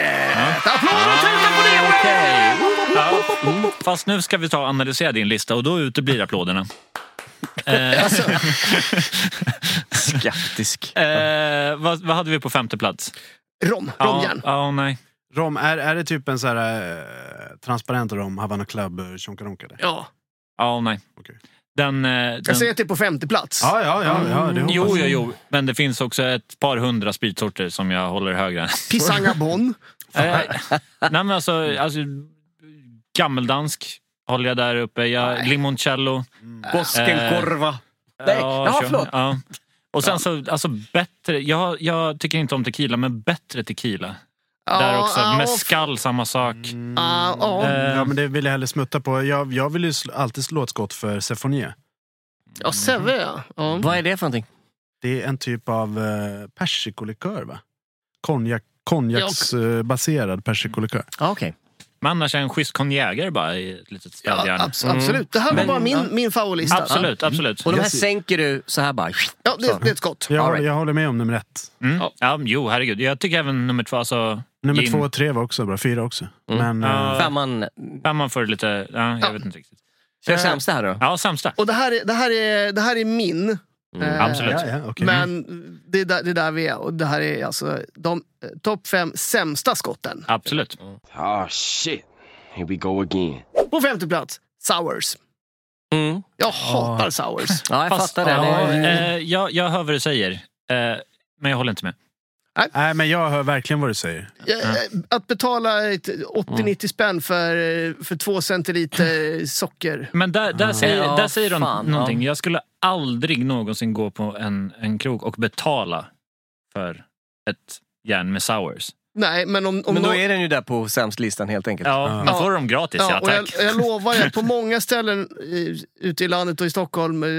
Applåder och tusen på det!
Ja. Mm. Fast nu ska vi ta och analysera din lista och då uteblir applåderna. Eh,
Skeptisk.
eh, vad, vad hade vi på femte plats?
Rom.
Romjärn. Ja, nej.
Rom, är, är det typ en så här eh, transparent rom, Havana Club, eh, tjonkaronka? det?
Ja.
Ja, nej. Den, eh, den...
Jag säger att det är på femte plats.
Ja, ja, ja, ja, det hoppas
jo, jo,
jag.
jo, men det finns också ett par hundra spritsorter som jag håller högre än.
Pisangabon.
Eh, nej, men alltså, alltså, gammeldansk håller jag där uppe. Jag, limoncello.
Boskenkorva.
Eh,
Nej,
ja,
jaha,
kör.
förlåt.
Ja. Och sen så, alltså bättre. Jag, jag tycker inte om tequila, men bättre tequila.
Ja,
där också.
ja,
Mezcal, samma sak.
Ah, ja.
Eh,
Ja, men det vill jag hellre smutta på. Jag, jag vill ju sl- alltid slå ett skott för Sefonier.
Ja, Säve ja. ja.
Vad är det för någonting?
Det är en typ av eh, persikolikör, va? Konjak, konjaksbaserad persikolikör.
Ah, Okej.
Men annars en schysst konjägare bara i ett litet
Ja,
spädjärn.
abs- absolut. Det här var
Men-
bara min,
ja.
min favoritlista.
Absolut, absolut.
Och de här
Jag ser-
sänker du så här bara?
Ja, det,
Så.
det är ett skott.
Jag,
All
håller-
right.
jag håller med om nummer ett.
Mm. Ja. jo, herregud. Jag tycker även nummer två, alltså...
Nummer
gin.
två och tre var också bra. Fyra också. Men, eh,
Ja.
Femman.
Femman får lite... Ja, jag vet inte riktigt.
Kör sämsta här då.
Ja, sämsta.
Och det här, är- det här, är, det här är min.
Mm.
Eh,
Absolut.
ja, ja, okej.
Men det är, där, det är där vi är. Och det här är alltså de eh, topp fem sämsta skotten.
Absolut.
Mm.
Oh, shit. Here we go again.
På femte plats, sours.
Mm.
Jag hatar sours.
Ja, jag fattar det.
ja,
det. är-
eh, jag, jag hör vad du säger, eh, men jag håller inte med.
Nej, men jag hör verkligen vad du säger.
Jag- eh, Att betala ett 80-90 spänn för, eh, för två centiliter socker.
Men där, där, säger,
Ah. Ja,
där säger de
fan,
någonting. Jag skulle aldrig någonsin gå på en, en krog och betala för ett järn med sours.
Nej, men om, om
Men då
nå-
är den ju där på sämst-listan helt enkelt.
Ja, man får dem gratis. Ja,
Ah. och jag,
tack.
jag lovar er, på många ställen i, ute i landet och i Stockholm eh,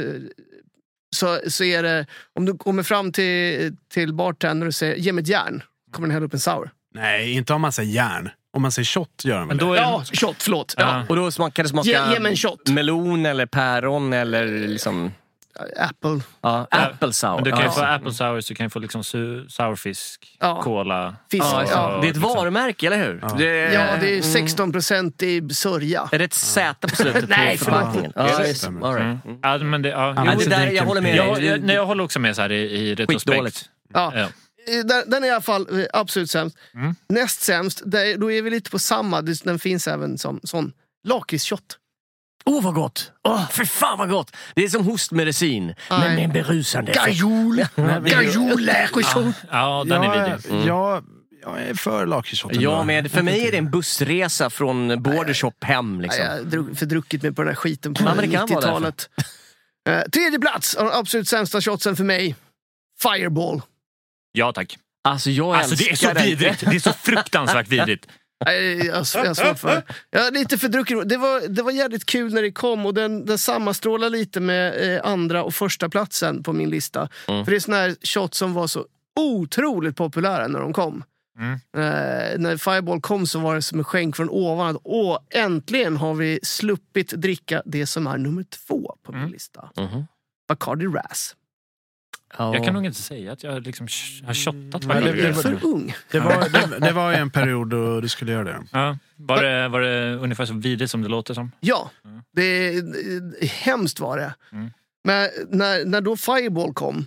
så, så är det, om du kommer fram till, till bartendern och säger ge mig ett järn, kommer den hälla upp en sour.
Nej, inte om man säger järn. Om man säger shot gör man
Men
väl det.
då är
Ja,
det,
shot, förlåt.
Ja.
Ja.
Och då smak- kan det smaka
Ge- ge mig en shot.
melon eller päron eller liksom...
Äh, Apple.
Ja, apple sour.
men du kan ju
ja.
få apple sours, du kan ju få liksom su, sourfisk,
Ja.
cola.
Fisk.
Ja,
Ja,
ja. Det är ett
liksom-
varumärke, eller hur? Det,
Ja, det är 16 procent i sörja.
Är det ett Z på slutet
Nej,
på
förlåt.
förpackningen?
Ja,
Ja,
det
just-
stämmer.
all right.
Mm. Ja, men det, ja.
men
Jo,
det
det-
där-
jag håller med
jag,
dig.
jag, nej, jag håller också med så här i, i retrospekt.
Skitdåligt.
Ja.
Ja.
Eh, Den, den är i alla fall eh, absolut sämst.
Mm.
Näst sämst, där, då är vi lite på samma. Det- Den finns även som sån lakritsshot.
Åh, vad gott! Åh, för fan vad gott! Det är som hostmedicin, men med en berusande effekt.
Gajol! Gajol lakritsshot!
ja, den är
jag,
vidrig.
jag, jag är för lakritsshot. ändå.
Ja, men för mig är det en bussresa från Bordershop hem.
Nej,
Liksom.
Jag har drog- fördruckit mig på den här skiten på
Ja, men det kan vara
90-talet. Eh, tredje plats, av de absolut sämsta shotsen för mig. Fireball.
Ja, tack.
Alltså, jag
Alltså det är så
älskar den.
vidrigt. Det är så fruktansvärt vidrigt.
Nej, jag, s- jag svär för det. Jag är lite fördrucken. Det var, det var jävligt kul när det kom och den, den sammanstrålar lite med eh, andra och första platsen på min lista. För det är såna här shots som var så otroligt populära när de kom.
Mm.
Eh, när Fireball kom så var det som en skänk från ovan. Att, Åh, äntligen har vi sluppit dricka det som är nummer två på min lista.
Mhm.
Bacardi Ras.
Ja.
Jag kan nog inte säga att jag liksom sh- har shottat
Nej,
varje
det- det
grej.
var-
För ung.
Det var, det, det var ju en period då du skulle göra det.
Ja. Var, det, var det ungefär så vidrigt som det låter som?
Ja, det, det, hemskt var det. Men när, när då Fireball kom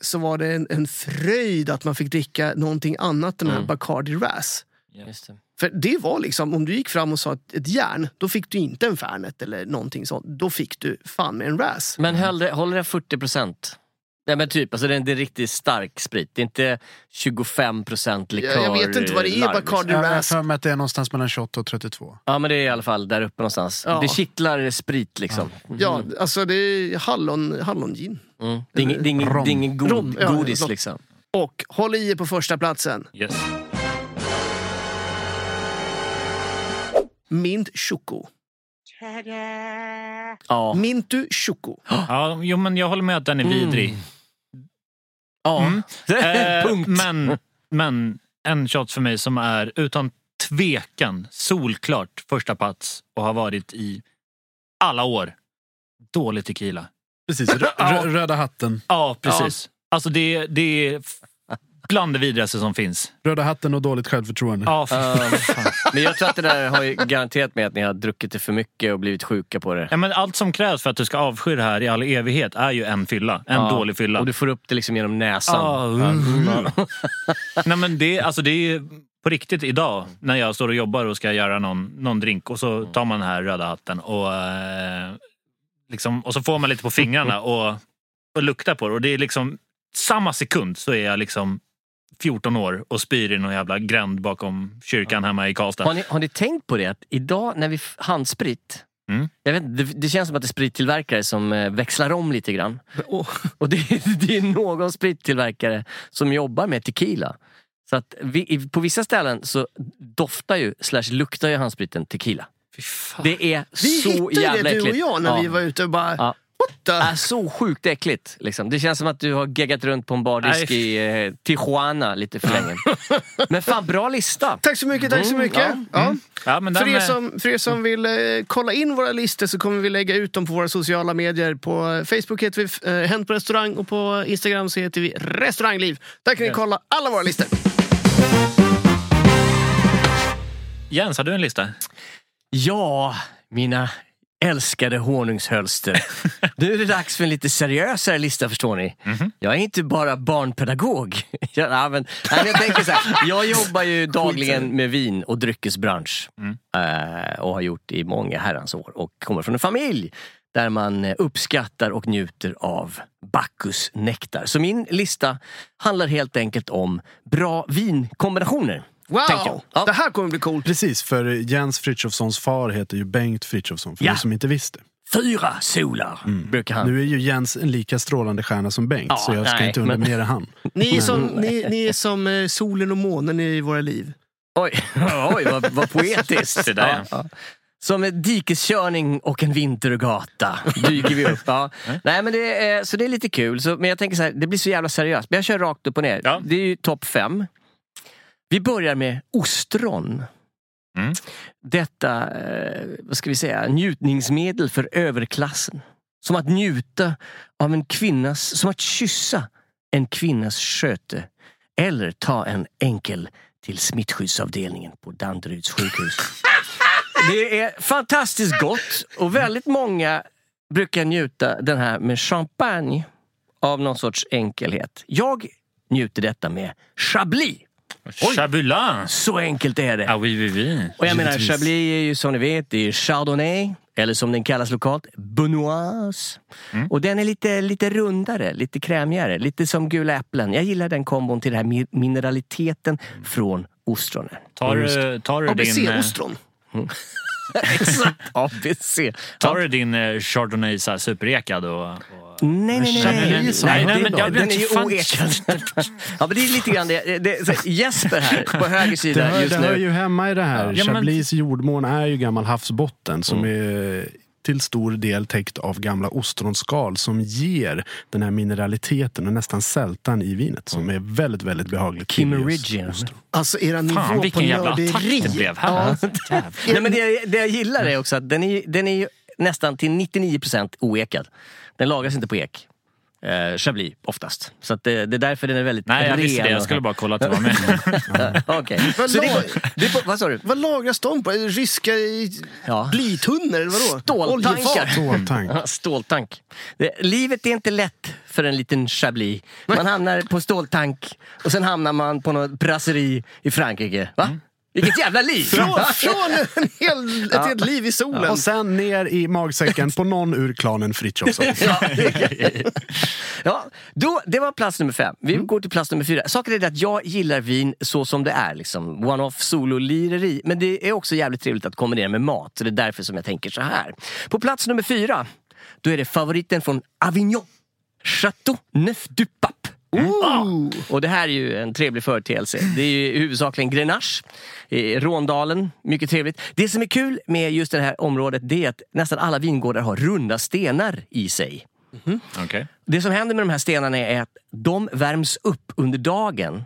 så var det en, en fröjd att man fick dricka någonting annat än den här Bacardi Ras.
Just det.
För det var liksom, om du gick fram och sa ett, ett järn, då fick du inte en Fernet eller någonting sånt. Då fick du fan med en Ras.
Men höll det, håller den 40 procent? Ja, men typ, alltså det, är, det är riktigt stark sprit. Det är inte 25 procent likör.
Jag, jag vet inte vad det är
larm,
Bacardi
liksom.
Jag har
Ras.
för mig att det är någonstans mellan 28 och 32.
Ja, men det är i alla fall där uppe någonstans.
Ja.
Det kittlar sprit liksom.
Ja, alltså det är hallon, hallongin.
Mm. Det är ing- det är ing-
Rom.
det är ingen god,
Rom, ja,
godis
förlåt.
liksom.
Och håll i er på första platsen.
Yes.
Mint Choco.
Ja.
Mintu Choco.
Ja, jo, men jag håller med att den är vidrig.
ja.
Mm. Eh,
Punkt.
Men, men en shot för mig som är utan tvekan solklart första plats och har varit i alla år. Dålig tequila.
Precis, rö- rö- röda hatten.
Ja, precis. Alltså det, det är f- bland det vidrigaste som finns.
Röda hatten och dåligt självförtroende.
Ja, för-
Men jag tror att det där har ju garanterat med att ni har druckit det för mycket och blivit sjuka på det.
Ja, men allt som krävs för att du ska avsky det här i all evighet är ju en fylla. En
Ja,
dålig fylla.
Och du får upp det liksom genom näsan.
Ah, mm. Nej, men det, alltså det är ju på riktigt idag när jag står och jobbar och ska göra någon, någon drink och så tar man den här röda hatten och, eh, liksom, och så får man lite på fingrarna och, och luktar på det. Och det är liksom samma sekund så är jag liksom 14 år och spyr i någon jävla gränd bakom kyrkan hemma i Karlstad.
Har ni, har ni tänkt på det? Att idag när vi f- handsprit.
Mm.
Jag vet, inte, det, det känns som att det är sprittillverkare som eh, växlar om lite grann. Och det, är- det är någon sprittillverkare som jobbar med tequila. Så att vi, i- på vissa ställen så doftar ju, slash luktar ju handspriten tequila. Det är
Vi
så
hittade ju
jävla
det du och
äckligt.
jag när
Ja.
vi var ute och bara...
Ja. Är så sjukt äckligt. Liksom. Det känns som att du har geggat runt på en bardisk
Nej.
i eh, Tijuana lite för länge. Men fan, bra lista.
Tack så mycket, tack så
Mm,
mycket. Ja.
Mm.
Ja, men
För
den eh,
er,
är-
som, för er som vill eh, kolla in våra listor så kommer vi lägga ut dem på våra sociala medier. På eh, Facebook heter vi eh, Hänt på restaurang och på Instagram så heter vi Restaurangliv. Där kan ni kolla alla våra listor.
Jens, har du en lista?
Ja, mina älskade honungshölster. Nu är det dags för en lite seriösare lista förstår ni.
Mhm.
Jag är inte bara barnpedagog. Jag, ja, men, nej, men jag tänker så här, jag jobbar ju dagligen med vin och dryckesbransch.
Mm.
Eh, och har gjort i många herrans år. Och kommer från en familj där man eh, uppskattar och njuter av Bacchusnektar. Så min lista handlar helt enkelt om bra vinkombinationer.
Wow!
tänker jag.
Det här kommer bli coolt.
Precis, för Jens Frithiofsons far heter ju Bengt Frithiofsson, för
Ja.
de som inte visste.
Fyra solar
Mm.
brukar han
Nu är ju Jens en lika strålande stjärna som Bengt,
Ja,
så jag ska
nej,
inte
men-
underminera han.
Ni är
Men-
som, ni, ni är som eh, solen och månen i våra liv.
Oj, oj vad, vad poetiskt.
Det där,
Ja, ja. Som en dikeskörning och en vintergata dyker vi upp. Ja. Nej, men det, är- så det är lite kul. Så, men jag tänker så här, det blir så jävla seriöst. Men jag kör rakt upp och ner. Det är ju topp fem. Vi börjar med ostron. Mm. Detta, eh, vad ska vi säga, njutningsmedel för överklassen. Som att njuta av en kvinnas, som att kyssa en kvinnas sköte. Eller ta en enkel till smittskyddsavdelningen på Danderyds sjukhus. Det är fantastiskt gott och väldigt många brukar njuta den här med champagne av någon sorts enkelhet. Jag njuter detta med chablis.
Chabulin!
Så enkelt är det.
Ah, oui, oui, oui.
Och jag menar,
Givetvis.
Chablis är ju som ni vet, det är Chardonnay, eller som den kallas lokalt, Benoise. Och den är lite, lite rundare, lite krämigare, lite som gula äpplen. Jag gillar den kombon till den här mi- mineraliteten från ostronen.
Tar du, tar du din... eh,
Exakt, ABC.
Tar du din eh, chardonnay så här superekad och... och...
Nej, nej, nej. nej,
nej,
nej,
nej, men jag
den, den är ju
vet fan-
oekad. ja, men det är lite grann det. det så här, Jesper här, på höger
Det
sida
hör,
just
det hör ju
nu.
hemma i det här.
Ja, men-
Chablis jordmån är ju gammal havsbotten som är till stor del täckt av gamla ostronskal som ger den här mineraliteten och nästan sältan i vinet som är väldigt, väldigt behagligt. till just
Kimmeridgian.
ostron.
Alltså era nivå
Fan,
på
vilken jävla
nörderi.
attack det blev här.
Ja. Nej, men det, jag- det jag gillar är också att den är, ju- den är ju nästan till 99% oekad. Den lagras inte på ek. Eh, Chablis oftast. Så att det, det är därför den är väldigt
Nej, jag visste
ren
det. Jag
och-
skulle bara kolla att du var med.
Okej.
Vad
Så det-
lag-
det är på- Vad sa du?
Vad lagras de på? Är det Ryska i-
Ja.
blytunnor eller vadå?
Ståltankar.
Oljefat?
Ståltank.
Ja, Ståltank. Det, livet är inte lätt för en liten chablis. Man hamnar på ståltank och sen hamnar man på något brasseri i Frankrike. Va?
Mm.
Vilket jävla liv!
Från, från en hel, ett helt liv i solen.
Och sen ner i magsäcken på någon ur klanen Frithiofsson.
Ja. ja, då, det var plats nummer fem. Vi går till plats nummer fyra. Saken är det att jag gillar vin så som det är. Liksom. One-off sololireri. Men det är också jävligt trevligt att kombinera med mat. Så det är därför som jag tänker så här. På plats nummer fyra, då är det favoriten från Avignon. Chateau Neuf du Pape. Ja. Och det här är ju en trevlig företeelse. Det är ju huvudsakligen Grenache, eh, Råndalen, mycket trevligt. Det som är kul med just det här området det är att nästan alla vingårdar har runda stenar i sig.
Okej.
Det som händer med de här stenarna är att de värms upp under dagen.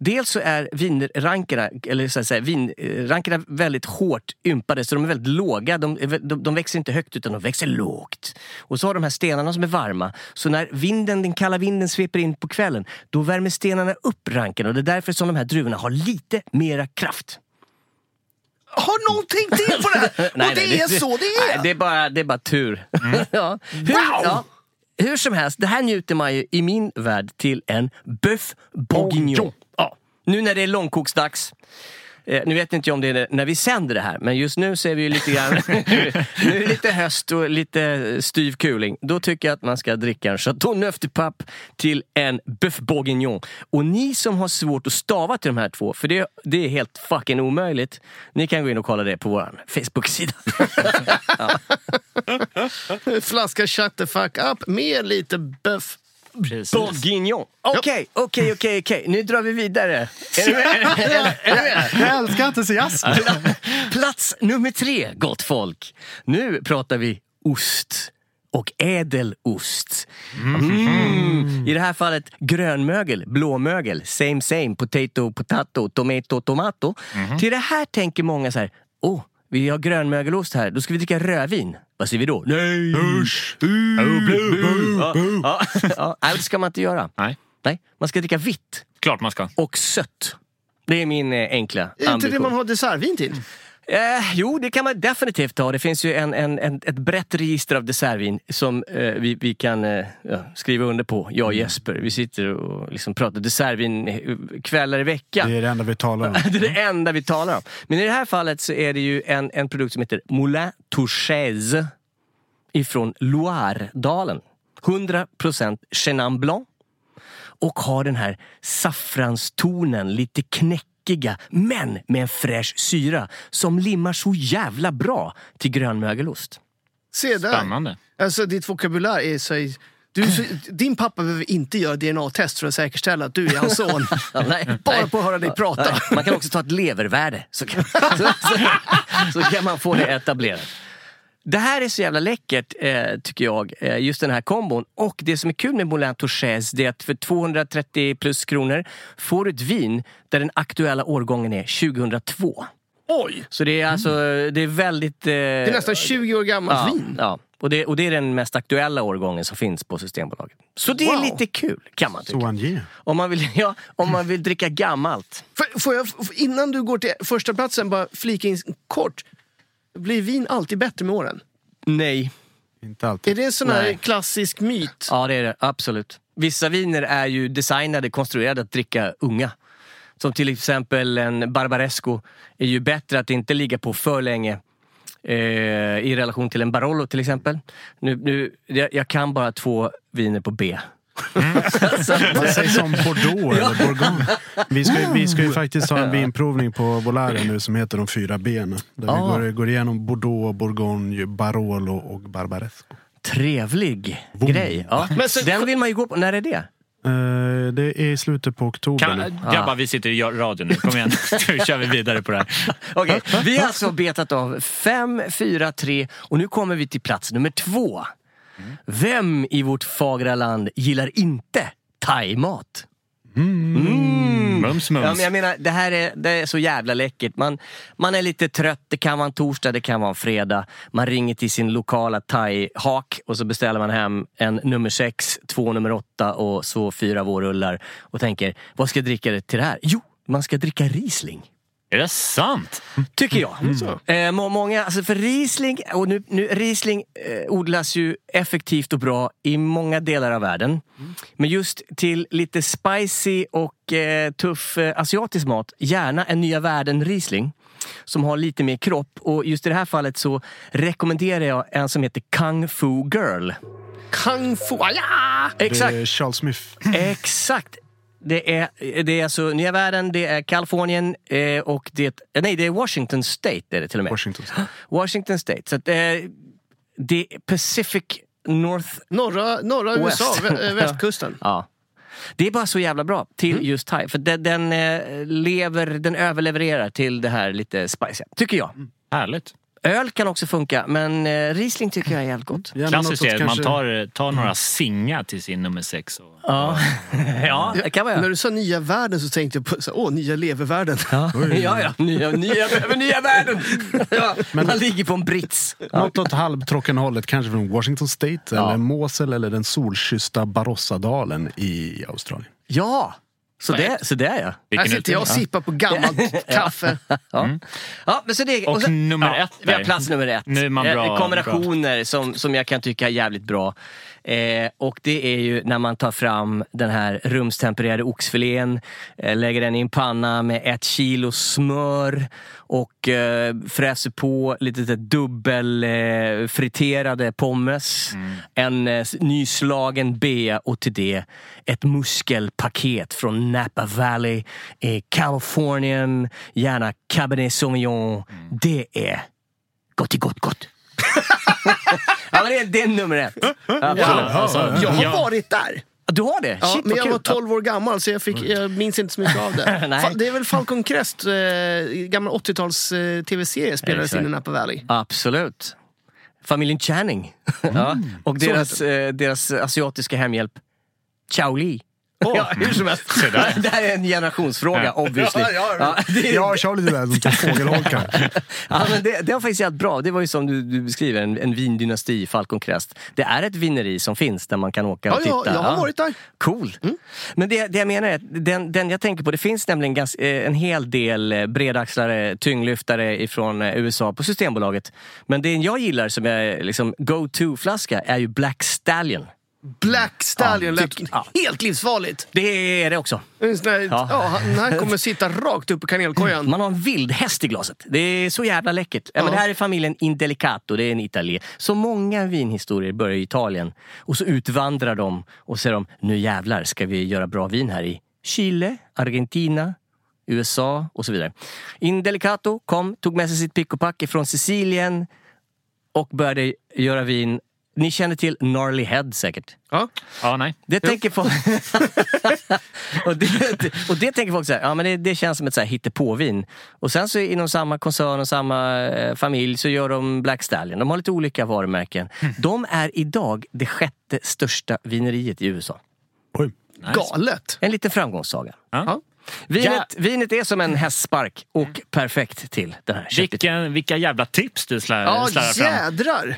Dels så är vinrankerna, eller så att säga, vinrankerna väldigt hårt ympade, så de är väldigt låga. De, är vä- de, de växer inte högt, utan de växer lågt. Och så har de här stenarna som är varma. Så när vinden, den kalla vinden sveper in på kvällen, då värmer stenarna upp rankerna. Och det är därför som de här druvorna har lite mera kraft.
Har någon tänkt till på det här? Och det är så det
Eh, Nej,
är! Mm.
det, är bara, det är bara tur. ja. Hur,
Wow!
ja. Hur som helst, det här njuter man ju i min värld till en bœuf bourguignon. Ja. Nu när det är långkoksdags. Eh, nu vet inte jag om det är när vi sänder det här, men just nu ser vi ju lite grann... nu är det lite höst och lite styv kuling. Då tycker jag att man ska dricka en Chateau Neuf de Pape till en bœuf bourguignon. Och ni som har svårt att stava till de här två, för det, det är helt fucking omöjligt. Ni kan gå in och kolla det på vår Facebook-sida.
Flaska shut the fuck up med lite böff.
Bourguignon. Okej, okej, okej, okej. Nu drar vi vidare. Är du med?
Jag älskar entusiasm.
Plats nummer tre, gott folk. Nu pratar vi ost. Och ädelost. Mm. I det här fallet grönmögel, blåmögel, same same, potato, potato, tomato, tomato. Till det här tänker många så här, åh, vi har grönmögelost här, då ska vi dricka rödvin. Vad säger vi då? Nej! Usch! Ja, ja, ja, Nej, det ska man inte göra. Nej. Nej. Man ska dricka vitt. Klart man ska. Och sött. Det är min eh, enkla
Är inte det
ambition.
man har dessertvin till?
Eh, jo, det kan man definitivt ha. Det finns ju en, en, en, ett brett register av dessertvin som eh, vi, vi kan eh, ja, skriva under på, jag och
Mm.
Jesper. Vi sitter och liksom pratar dessertvin eh, kvällar i veckan.
Det är det enda vi talar om.
Det är det enda vi talar om. Men i det här fallet så är det ju en, en produkt som heter Moulin Touchaise ifrån Loiredalen. 100% Chenin Blanc. Och har den här saffranstonen, lite knäckiga, men med en fräsch syra som limmar så jävla bra till grönmögelost.
Se där.
Spännande.
Alltså ditt vokabulär är så... Du, är så- din pappa behöver inte göra DNA-test för att säkerställa att du är hans son.
Nej,
Bara
nej.
på att höra dig prata.
Nej, Man kan också ta ett levervärde, så kan, så, så, så kan man få det etablerat. Det här är så jävla läckert, eh, tycker jag, eh, just den här kombon. Och det som är kul med Moulin Touchaise, det är att för 230 plus kronor får du ett vin där den aktuella årgången är 2002.
Oj!
Så det är alltså, det är väldigt... Eh,
Det är nästan 20 år gammalt
ja,
vin.
Ja. Och det, och det är den mest aktuella årgången som finns på Systembolaget. Så det är
Wow.
lite kul, kan man tycka.
Soigné.
Om man vill, ja, om man vill dricka gammalt.
Får, får jag, f- innan du går till första platsen bara flika in kort. Blir vin alltid bättre med åren?
Nej.
Inte alltid.
Är det en sån här
Nej.
klassisk myt?
Ja, det är det. Absolut. Vissa viner är ju designade, konstruerade att dricka unga. Som till exempel en Barbaresco är ju bättre att inte ligga på för länge eh, i relation till en Barolo till exempel. Nu, nu, jag, jag kan bara två viner på B.
Man säger som Bordeaux eller Bourgogne. Vi ska, ju- vi ska
Oh.
ju faktiskt ha en vinprovning på Volare nu som heter De fyra benen. Där vi
Ah.
går, går igenom Bordeaux, Bourgogne, Barolo och Barbaresco.
Trevlig grej. Ja. Den vill man ju gå på. När är det?
Eh, det är i slutet på oktober
Kan, eh,
nu.
grabbar, vi sitter i radio nu. Kom igen, nu kör vi vidare på det här.
Okej, vi har alltså betat av fem, fyra, tre och nu kommer vi till plats nummer två. Mm. Vem i vårt fagra land gillar inte thaimat? Mm.
Mums,
Ja,
mums.
men jag menar, det här är, det är så jävla läckert. Man, man är lite trött, det kan vara en torsdag, det kan vara en fredag. Man ringer till sin lokala thai-hak och så beställer man hem en nummer sex, två nummer åtta och så fyra vårrullar. Och tänker, vad ska jag dricka till det här? Jo, man ska dricka Riesling.
Är det sant?
Tycker jag.
Mm.
Eh, må, många, alltså för Riesling, och nu, nu, Riesling eh, odlas ju effektivt och bra i många delar av världen.
Mm.
Men just till lite spicy och eh, tuff eh, asiatisk mat, gärna en nya världen Riesling som har lite mer kropp. Och just i det här fallet så rekommenderar jag en som heter Kung Fu Girl.
Kung fu... Ja!
Exakt!
Det är Charles Smith.
Exakt. Det är, det är alltså nya världen, det är Kalifornien eh, och det, eh, nej, det är Washington State. Är det till och med.
Washington State.
Washington State. Så att, eh, det är Pacific North...
Norra, norra
West.
USA, vä- eh, västkusten. Mm.
Ja. Det är bara så jävla bra till just thai. För den,
Mm.
den, eh, lever, den överlevererar till det här lite spiciga, tycker jag.
Härligt.
Öl kan också funka, men eh, Riesling tycker jag är jävligt gott.
Klassiskt är att man tar, eh,
Mm.
tar några singa till sin nummer sex. Och,
Ja. ja, det kan man göra.
När du sa nya världen så tänkte jag på så, här, åh, nya levervärlden.
Ja, ja, ja. Nya, nya, över nya världen! Ja, man ligger på en brits.
Något åt halvtrockenhållet, kanske från Washington State eller Mosul eller den solkyssta Barossadalen i Australien.
Ja! Så det, så det är jag.
Vilken
Här sitter jag och
utbildning?
sippar på gammalt kaffe.
Ja. Mm. Ja, men så det,
Och
sen-
nummer
ja,
ett
Vi har
där.
plats nummer ett.
Nu är man bra,
Eh, Kombinationer Som, som jag kan tycka är jävligt bra. Eh, och det är ju när man tar fram den här rumstempererade oxfilén, eh, lägger den i en panna med ett kilo smör och eh, fräser på lite, lite dubbelfriterade eh, friterade pommes, en eh, s- nyslagen bea och till det ett muskelpaket från Napa Valley, eh, Californien, gärna Cabernet Sauvignon. Det är gott i gott gott. ja, men det, är, det är nummer ett. Absolut.
jag har varit där.
Du har det?
alltså, Ja,
Shit,
men
vad
jag
kul.
var 12 år gammal så jag, fick,
Mm.
jag minns inte så mycket av det.
Nej.
Fa- Det är väl Falcon Crest, eh, gammal 80-tals eh, tv-serie spelades
Exakt.
in i Napa Valley.
Absolut. Familjen Channing. ja. Och
Mm. Så
deras, eh, deras asiatiska hemhjälp, Chow Li.
Åh.
Ja, hur som helst.
Se där.
Det här är en generationsfråga, obviously.
Ja,
Ja, det är-
Jag kör lite där som två fågelholkar.
ja, men det, det var faktiskt jävligt bra. Det var ju som du, du beskriver, en, en vindynasti, Falcon Crest. Det är ett vineri som finns där man kan åka och
Ja, ja,
titta.
jag har varit där. Mm.
Cool. Men det, det jag menar är att den, den jag tänker på, det finns nämligen gans, eh, en hel del eh, bredaxlare, tyngdlyftare ifrån eh, USA på Systembolaget. Men det jag gillar som är liksom go-to-flaska är ju Black Stallion.
Black Stallion
Ja,
lät helt livsfarligt.
Det är det också.
En Eh, sån här,
Ja.
ja. han, han kommer sitta rakt upp i
Mm.
kanelkojan.
Man har en vild häst i glaset. Det är så jävla läckert. Ja. Men det här är familjen Indelicato, det är en italienare. Så många vinhistorier börjar i Italien och så utvandrar de och säger de, nu jävlar ska vi göra bra vin här i Chile, Argentina, USA och så vidare. Indelicato kom, tog med sig sitt pick och pack från Sicilien och började göra vin. Ni känner till Gnarly Head säkert?
Ja.
Ja, nej.
Det tänker folk... och, det, och det tänker folk så här, ja men det, det känns som ett så här hittepåvin. Och sen så inom samma koncern och samma eh, familj så gör de Black Stallion. De har lite olika varumärken.
Mm.
De är idag det sjätte största vineriet i USA.
Galet!
En liten framgångssaga. Vinet, vinet är som en hästspark och perfekt till det här köttet.
Vilken, vilka jävla tips du slär,
Ja,
Eh, slarvar fram.
jädrar!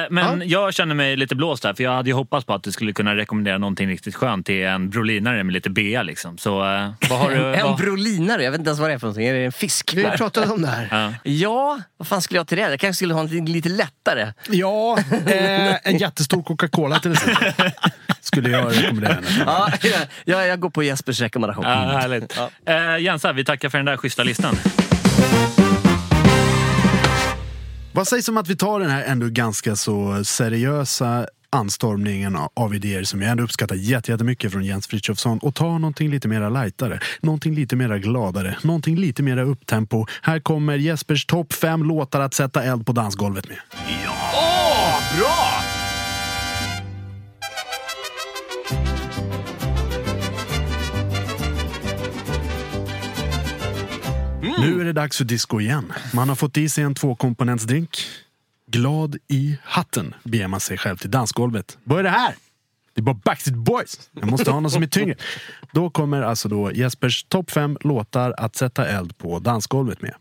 Eh, men jag känner mig lite blåst där, för jag hade ju hoppats på att du skulle kunna rekommendera någonting riktigt skönt till en brolinare med lite bea. Liksom. Så, eh, vad har du,
en
vad,
brolinare, jag vet inte ens vad det är för någonting. Är det en fisk?
Vi har ju pratat om det här.
ja.
Ja, vad fan skulle jag till det? Jag kanske skulle ha en lite, lite lättare.
Ja, eh, en jättestor Coca-Cola till exempel. Skulle jag rekommendera henne.
Ja, jag, jag går på Jespers rekommendation.
Ja, härligt. Eh, Jensa, vi tackar för den där schyssta listan.
Vad sägs om att vi tar den här ändå ganska så seriösa anstormningen av idéer som jag ändå uppskattar jätte- jättemycket från Jens Frithiofsson och tar någonting lite mera lightare, någonting lite mera gladare, någonting lite mera upptempo. Här kommer Jespers topp fem låtar att sätta eld på dansgolvet med.
Åh, bra!
Nu är det dags för disco igen. Man har fått i sig en tvåkomponentsdrink. Glad i hatten beger man sig själv till dansgolvet. Vad är det här? Det är bara Backstreet Boys. Jag måste ha något som är tyngre. Då kommer alltså då Jespers topp fem låtar att sätta eld på dansgolvet med.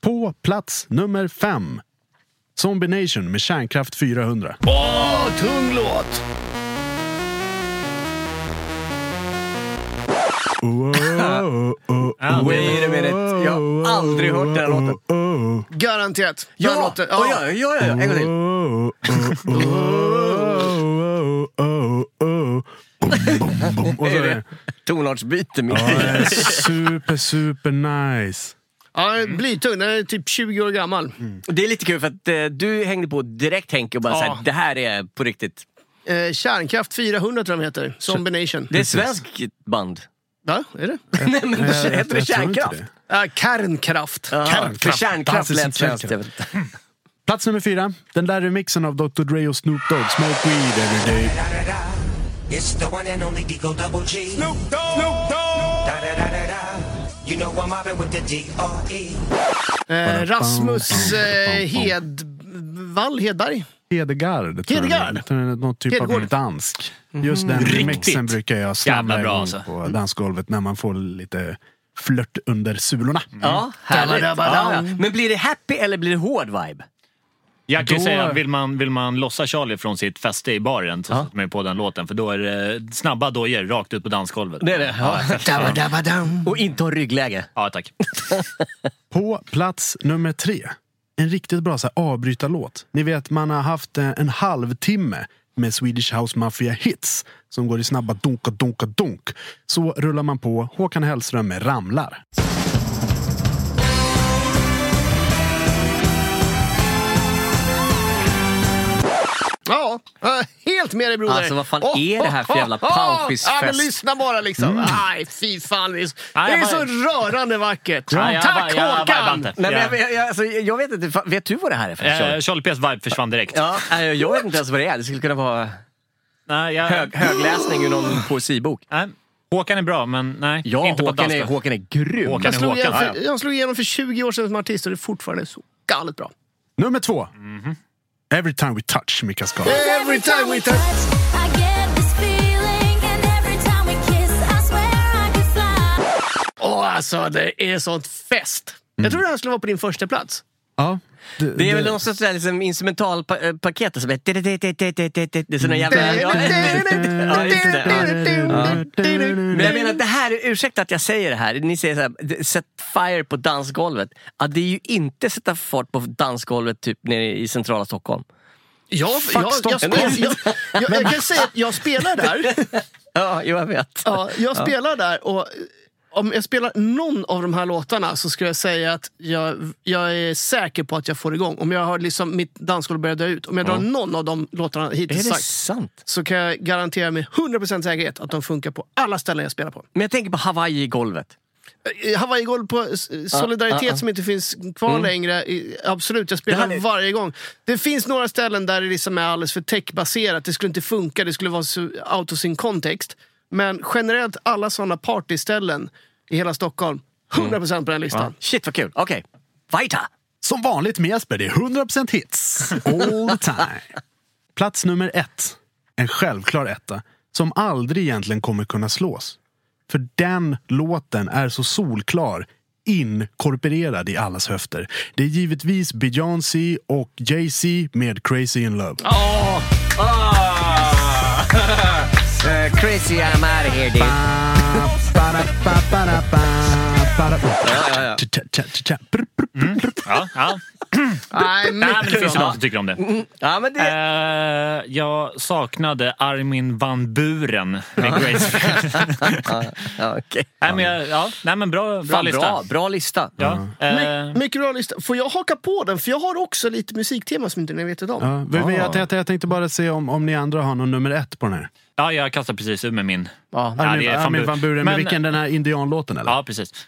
På plats nummer fem. Zombie Nation med Kärnkraft 400.
Åh, tung låt!
Wait a minute, jag har aldrig hört den här låten.
Oh,
Garanterat.
Ja,
Den
ja,
låten-
ja, ja, ja, en gång till.
Oh, Och så är det.
Tonartsbyte mitt
oh, Ja, den är
i.
super, super nice.
Ja, den är blytung. Den är typ 20 år gammal.
Det är lite kul för att eh, du hängde på direkt Henke och bara
Ja.
såhär, det här är på riktigt.
Eh, Kärnkraft 400 tror jag de heter. Zombie Nation.
Det är ett svenskt band.
Ja, är det?
Nej men
Nej, jag-
heter det
jag tror inte
kärnkraft?
det.
Ja, kärnkraft.
Ja, För
Kärnkraft.
kärnkraft
Dansens
lät svenskt.
kärnkraft.
jag vet inte.
Plats nummer fyra. Den där remixen av Dr Dre och Snoop Dogg, Smoke Weed Every Day.
It's the one and only Digo Double G. Snoop Dogg!
You know I'm mobbing with the E. D-R-E.
Eh, Rasmus eh, Hed... Wall Hedberg.
Hedegard. tror jag
Hedegard?
det är. Någon typ av
Hedegård.
dansk.
Mhm.
Just den
Riktigt.
remixen brukar jag
Jävla
snabba
bra
igång
alltså.
på dansgolvet när man får lite flört under sulorna.
Mm.
Ja, härligt. Ja, ja.
Dabba-dabba-dam.
Men blir det happy eller blir det hård vibe?
Jag kan ju
Då-
säga, vill man, vill man lossa Charlie från sitt fäste i baren så sätter man ju på den låten. För då är det snabba dojor rakt ut på dansgolvet.
Det är det. Ja.
Ja.
Och inte ha ryggläge.
Ja, tack.
På plats nummer tre. En riktigt bra så här, avbrytarlåt. Ni vet, man har haft eh, en halvtimme med Swedish House Mafia Hits som går i snabba dunka, dunka, dunk. Så rullar man på Håkan Hellström med Ramlar.
Ja, eh, helt med dig broder. Oh,
Alltså, vad fan är det här för jävla pauschisfest?
Ja, men lyssna bara liksom.
Mm.
Nej, fy fan. Det är, så-
Ja,
det
jag
är så rörande vackert. Tack Håkan!
Nej, men jag, jag, jag- alltså, jag vet inte, fa- vet du vad det här är för
Eh,
Charlie?
Charlie P's vibe försvann direkt.
Ja, eh, jag vet inte ens vad det är. Det skulle kunna vara
Nej, jag...
hög, högläsning ur någon poesibok.
Nej. Håkan är bra, men nej.
Ja,
inte på ett
Håkan är,
dansgolv.
Håkan är grym.
Håkan
Jag
är
slog,
Håkan.
igenom
Ja,
för, jag slog igenom för 20 år sedan som artist och det är fortfarande så galet bra.
Nummer två.
Mhm.
Every time we touch, Mika Skara.
Every time we touch Åh, alltså det är sånt fest.
Mm.
Jag tror det här skulle vara på din första plats.
Ja.
Det är väl någon sorts där liksom instrumentalpaket som är... Det är såna jävla... Ja, just det. Ja. Men jag menar, det här, är- ursäkta att jag säger det här. Ni säger så här, sätt fire på dansgolvet. Ja, det är ju inte sätta fart på dansgolvet typ nere i centrala Stockholm.
Jag,
Fuck
jag, jag,
Stockholm.
jag, jag, jag, jag kan säga att jag spelar där.
Ja, jo, jag vet.
Ja, jag spelar där och eh, om jag spelar någon av de här låtarna så skulle jag säga att jag, jag är säker på att jag får igång. Om jag har liksom mitt dansgolv börjar dö ut. Om jag drar
Mm.
någon av de låtarna hittills
Är det
sagt,
sant?
så kan jag garantera med 100% säkerhet att de funkar på alla ställen jag spelar på.
Men jag tänker på Hawaii-golvet.
Eh, Hawaii-golv på s- Solidaritet
ja, ja.
som inte finns kvar
Ah, Mm.
längre. i- Absolut, jag spelar
Det här är-
varje gång. Det finns några ställen där det liksom är alldeles för techbaserat. Det skulle inte funka, det skulle vara så out of sin kontext. Men generellt alla sådana partyställen i hela Stockholm,
Mm.
100% på den listan.
Shit vad kul. Okej, weiter!
Som vanligt med Jesper, det är 100% hits. All the time. Plats nummer ett. En självklar etta. Som aldrig egentligen kommer kunna slås. För den låten är så solklar. Inkorporerad i allas höfter. Det är givetvis Beyoncé och Jay-Z med Crazy in Love.
Oh, Eh, crazy I'm out of here dude.
Ja, ja. Nej,
Nej,
men det finns ju
bra. Mm,
de som tycker om det.
Ja, men det...
Eh, jag saknade Armin van Buren med Grace.
ja, okay.
nej, men jag, ja, nej, men bra, bra
Fan,
lista.
bra, bra lista.
Ja. Eh,
My, mycket bra lista. Får jag haka på den? För jag har också lite musiktema som inte ni vet om.
Ja, vi- vi- jag, jag, jag tänkte bara se om, om ni andra har någon nummer ett på den här.
Ja, jag kastade precis ur med min.
Ja,
det
Armin,
är fan
Armin
Bu-
van Buren, men,
Men-
vilken? Den här indianlåten eller?
Ja, precis.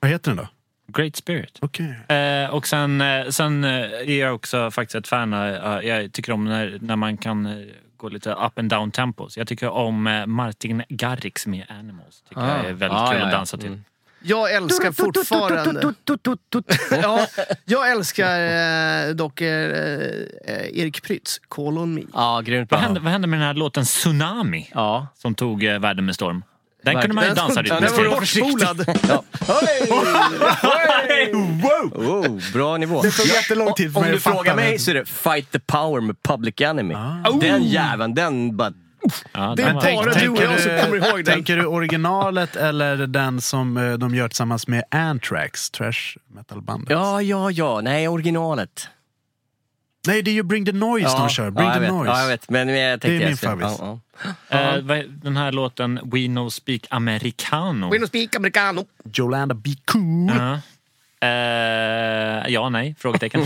Vad heter den då?
Great Spirit.
Okej.
Eh, och sen, eh, sen eh, är jag också faktiskt ett fan. Eh, jag tycker om när, när man kan eh, gå lite up and down tempos. Jag tycker om eh, Martin Garrix med Animals. Tycker
Ah.
jag är väldigt
Ah,
kul
ja,
att
ja.
dansa till.
Mm.
Jag älskar fortfarande... ja, jag älskar eh, dock eh, eh, Erik Prytz, Call on me.
Ja, grymt bra.
Vad, hände, vad hände med den här låten Tsunami?
Ja.
Som tog eh, världen med storm. Den kunde
Verkligen.
man ju dansa
Den- den
rytmiskt
var
till.
Bortspolad.
Ja.
Hey, wow!
Wow, bra nivå.
Det tog jättelång tid för
Om
mig
du
att fatta
frågar mig
det.
så är det Fight the Power med Public Enemy. Den jäveln, den bara...
Ja,
Det
den
är
var-
bara du och jag som kommer ihåg den.
Tänker du originalet eller den som eh, de gör tillsammans med Anthrax, trash metal-bandet?
Ja, ja, ja. Nej, originalet.
Nej, det är ju Bring the Noise
ja.
de kör. Bring
ja, jag
the
vet.
Noise.
Ja, jag vet. Men jag tänkte
Det är min
jag skulle-
favorit.
Ja,
Eh, vad- den här låten We No Speak Americano.
Winner speak americano.
Jolanda Be Cool.
Ja. Eh, ja, nej? Frågetecken.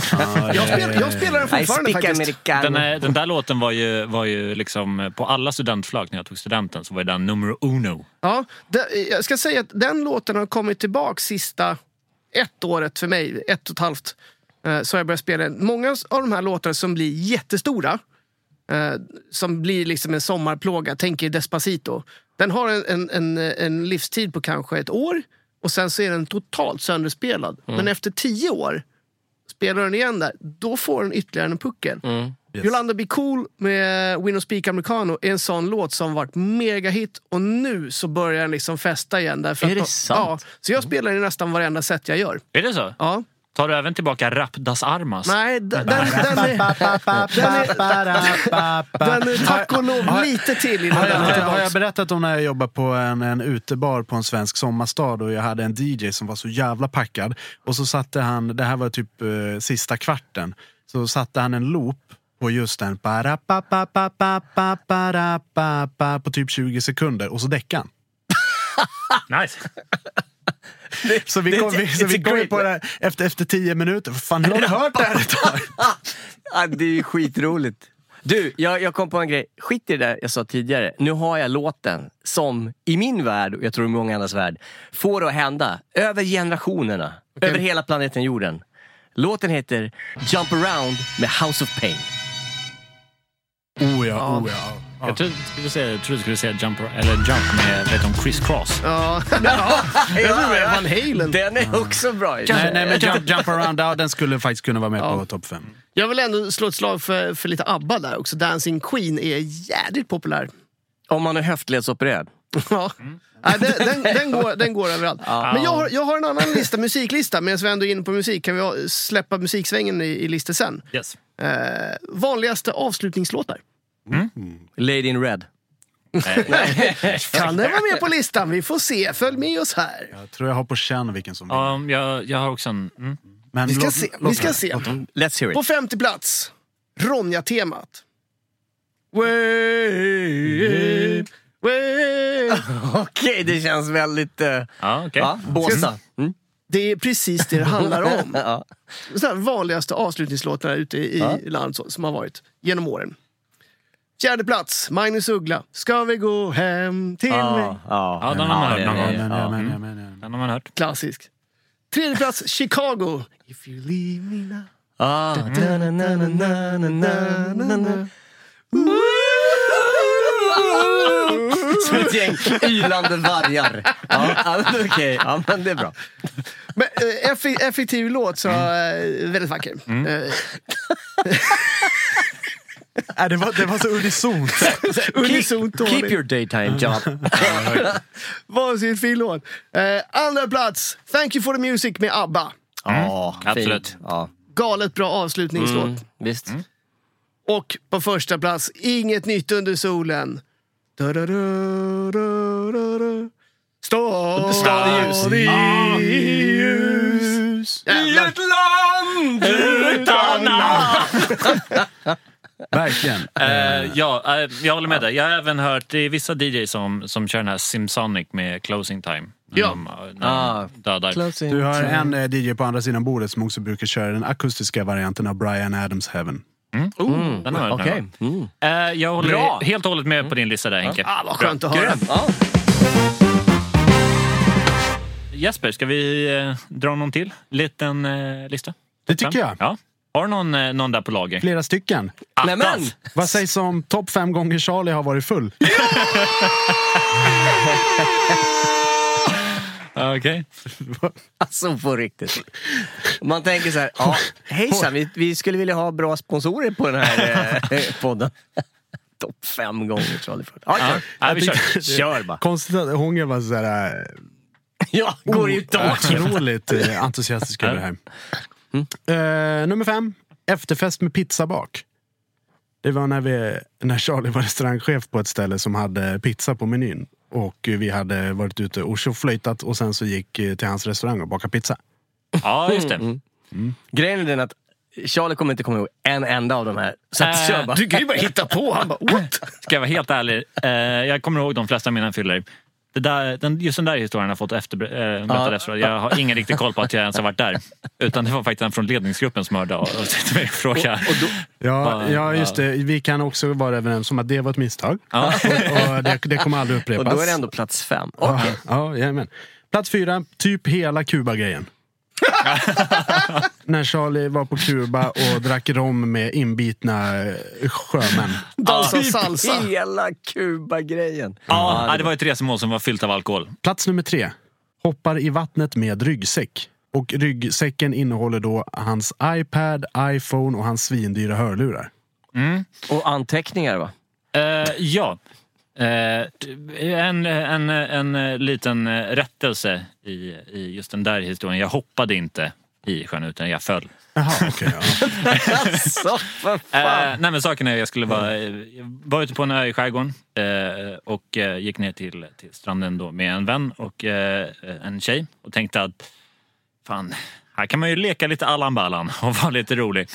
Jag, spel, jag spelar den
ja. I
fortfarande
speak
faktiskt.
americano.
Den, här, den där låten var ju, var ju liksom på alla studentflak när jag tog studenten så var ju den numero uno.
Ja, det, jag ska säga att den låten har kommit tillbaka sista ett året för mig, ett och ett halvt. eh, Så har jag börjat spela den. Många av de här låtarna som blir jättestora, eh, som blir liksom en sommarplåga, tänker Despacito. Den har en, en, en, en livstid på kanske ett år. Och sen så är den totalt sönderspelad.
Mm.
Men efter tio år spelar den igen där. Då får den ytterligare en puckel.
Mm.
Yolanda Be Cool med We No Speak Americano är en sån låt som varit megahit och nu så börjar den liksom fästa igen. Därför
Är
att
det
de-
sant?
Ja, så jag spelar den i nästan varenda set jag gör.
Är det så?
Ja.
Tar du även tillbaka Rap Das Armas?
Nej, d- den, den, är... Den är, den är tack och lov lite till innan
Har jag,
den
har,
är
jag, har jag
tillbaka.
berättat om när jag jobbade på en, en utebar på en svensk sommarstad och jag hade en DJ som var så jävla packad. Och så satte han, det här var typ eh, sista kvarten, så satte han en loop på just den. Bara, pa, pa, pa, pa, pa, para, pa, pa, på typ 20 sekunder och så däckade han.
Nice.
Så vi
det-
kom, vi, så
it's
vi
a
kom ju
great-
på det här efter, efter 10 minuter. Vad Fan, hur har du hört det här ett tag?
Ja, det är ju skitroligt. Du, jag, jag kom på en grej. Skit i det där jag sa tidigare. Nu har jag låten som i min värld, och jag tror i många andras värld, får det att hända. Över generationerna. Över hela planeten jorden. Låten heter Jump around med House of Pain.
Oh ja, oh ja.
Jag trodde du skulle, tro, skulle säga Jump, eller jump med vet du, om Chris Cross.
Ja.
Ja, ja.
Van Halen.
Den
Ah.
är också bra. ju.
Nej, nej men jump, jump around, ja, den skulle faktiskt kunna vara med på topp 5.
Jag vill ändå slå ett slag för, för lite ABBA där också. Dancing Queen är jädrigt populär.
Om man är höftledsopererad.
Ja.
Mm.
Nej, den, den, den, går, den går överallt. Men jag har, jag har en annan lista, musiklista. Medan vi ändå är inne på musik kan vi ha- släppa musiksvängen i, i listor sen.
Yes.
Eh, vanligaste avslutningslåtar.
Mm. Lady in Red.
Kan den vara med på listan? Vi får se. Följ med oss här.
Jag tror jag har på känn vilken som
Ja, jag, jag har också en... Mm.
Men
Vi ska
låt-
se.
låt
Vi ska
höra,
se.
låt höra.
Mm, Let's hear it.
På 50 plats, Ronja-temat. Wave, wave.
Okej, det känns väldigt... eh,
Ja, okej.
ja, Båsa. Mm.
Det är precis det det handlar om.
Ja.
så här vanligaste avslutningslåtarna ute i landet så- som har varit genom åren. Fjärde plats, Magnus Uggla. Ska vi gå hem till mig?
Ja, ja.
Ja, Mm. den har man hört någon
Ja,
gång.
ja, ja.
Men, men, men,
Den har man hört.
Klassisk. Tredje plats, Chicago. If you leave me now.
Ah. Som ett gäng ylande vargar. Ja, ja, Okej, ja, men det är bra.
Men, eh, effe- effektiv låt, så
Mm.
eh, väldigt vacker. Eh,
Nej, det, var, det var så unisont.
unisont
Keep
dålig.
your daytime job.
Vansinnigt fin låt. Eh, andra plats, Thank you for the music med ABBA.
Ja, fint.
absolut.
Ja.
Galet bra avslutningslåt.
Mm, visst.
Och på första plats, Inget nytt under solen. Da-da-da-da-da-da. Stadig
Stadig ljus.
ljus. Jävlar.
land utan
Verkligen.
Eh, ja, eh, jag håller med dig. Jag har även hört, det är vissa DJs som, som kör den här Simsonic med closing time. När
Ja.
de, eh, när
Ah.
de dödar.
Du har en eh, DJ på andra sidan bordet som också brukar köra den akustiska varianten av Brian Adams Heaven.
Den har jag hört några
Okej.
gånger. Eh, jag håller
Bra.
helt och hållet med på din lista där Henke.
Ah, vad skönt att höra.
Grymt. Ja.
Jesper, ska vi eh, dra någon till liten eh, lista?
Det tycker jag.
Ja. Har du någon, eh, någon där på lager?
Flera stycken.
Nej, men.
Attas.
Vad sägs om topp fem gånger Charlie har varit full?
Okej.
Alltså på riktigt. Man tänker så här, ja, hejsan, vi, vi skulle vilja ha bra sponsorer på den här eh, podden. Topp fem gånger Charlie Ford. Ja,
Ja,
kör.
ja, vi kör.
Kör bara.
Konstigt att Hångel var sådär... eh,
Ja, går
Oh.
i taket.
Otroligt eh, entusiastisk över det här. Eh, nummer fem. Efterfest med pizzabak. Det var när, vi, när Charlie var restaurangchef på ett ställe som hade pizza på menyn. Och eh, vi hade varit ute och tjoflöjtat och sen så gick eh, till hans restaurang och bakade pizza.
Ja, just det.
Grejen är den att Charlie kommer inte komma ihåg en enda av de här. Så att,
Äh,
kör bara.
Du kan ju bara hitta på. Han bara, what?
Ska jag vara helt ärlig, eh, jag kommer ihåg de flesta av mina fyller. Det där, den, just den där historien har jag fått efter, eh, berättad efteråt. Jag har ingen riktig koll på att jag ens har varit där. Utan det var faktiskt en från ledningsgruppen som hörde av av sig till mig och frågade.
Ja,
Bara-
ja, just det. Vi kan också vara överens om att det var ett misstag.
Ja.
Och, och det, det kommer aldrig
Och
upprepas.
då är det ändå plats fem.
Ja,
Okej.
ja, jajamän. Plats fyra, typ hela Kuba-grejen. När Charlie var på Kuba och drack rom med inbitna eh, sjömän.
Dansa
Typ
salsa.
Hela Kuba-grejen.
Ja, det var ett resmål som var fyllt av alkohol.
Plats nummer tre, hoppar i vattnet med ryggsäck. Och ryggsäcken innehåller då hans iPad, iPhone och hans svindyra hörlurar.
Och anteckningar va?
Eh, ja. Eh, en, en, en eh, liten eh, rättelse i, i just den där historien. Jag hoppade inte i sjön utan jag föll.
Jaha,
alltså, för
Eh, nej men saken är jag skulle vara, eh, jag var ute på en ö i skärgården eh, och eh, gick ner till, till stranden då med en vän och eh, en tjej och tänkte att fan, här kan man ju leka lite Allan Ballan och vara lite rolig.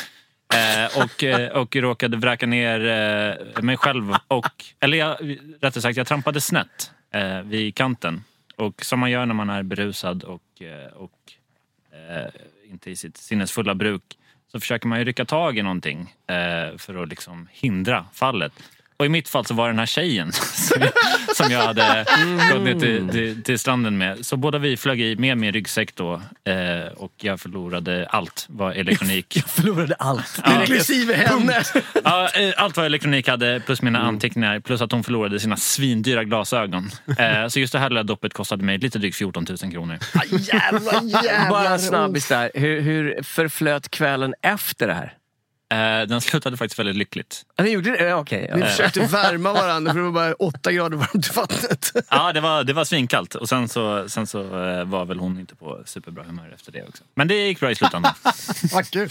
Eh, och, eh, och råkade vräka ner eh, mig själv och, eller jag, rättare sagt jag trampade snett eh, vid kanten. Och som man gör när man är berusad och, eh, och eh, inte i sitt sinnesfulla bruk så försöker man ju rycka tag i någonting eh, för att liksom hindra fallet. Och i mitt fall så var det den här tjejen som jag, som jag hade
Mm.
gått ner till, till, till stranden med. Så båda vi flög i med min ryggsäck då eh, och jag förlorade allt vad elektronik... Jag
förlorade allt!
Inklusive henne.
Ja, eh, allt vad elektronik hade plus mina
Mm.
anteckningar plus att hon förlorade sina svindyra glasögon. Eh, Så just det här lilla doppet kostade mig lite drygt 14 000 kronor.
Ah, Jävlar, jävlar.
Bara en snabbis där. Hur, hur förflöt kvällen efter det här?
Eh, Den slutade faktiskt väldigt lyckligt. Eh,
Ja, det gjorde det? Ja, Okej.
Vi
ja.
försökte värma varandra för det var bara åtta grader varmt i vattnet.
Ja, det var, det var svinkallt. Och sen så, sen så eh, var väl hon inte på superbra humör efter det också. Men det gick bra i slutändan.
Vad kul.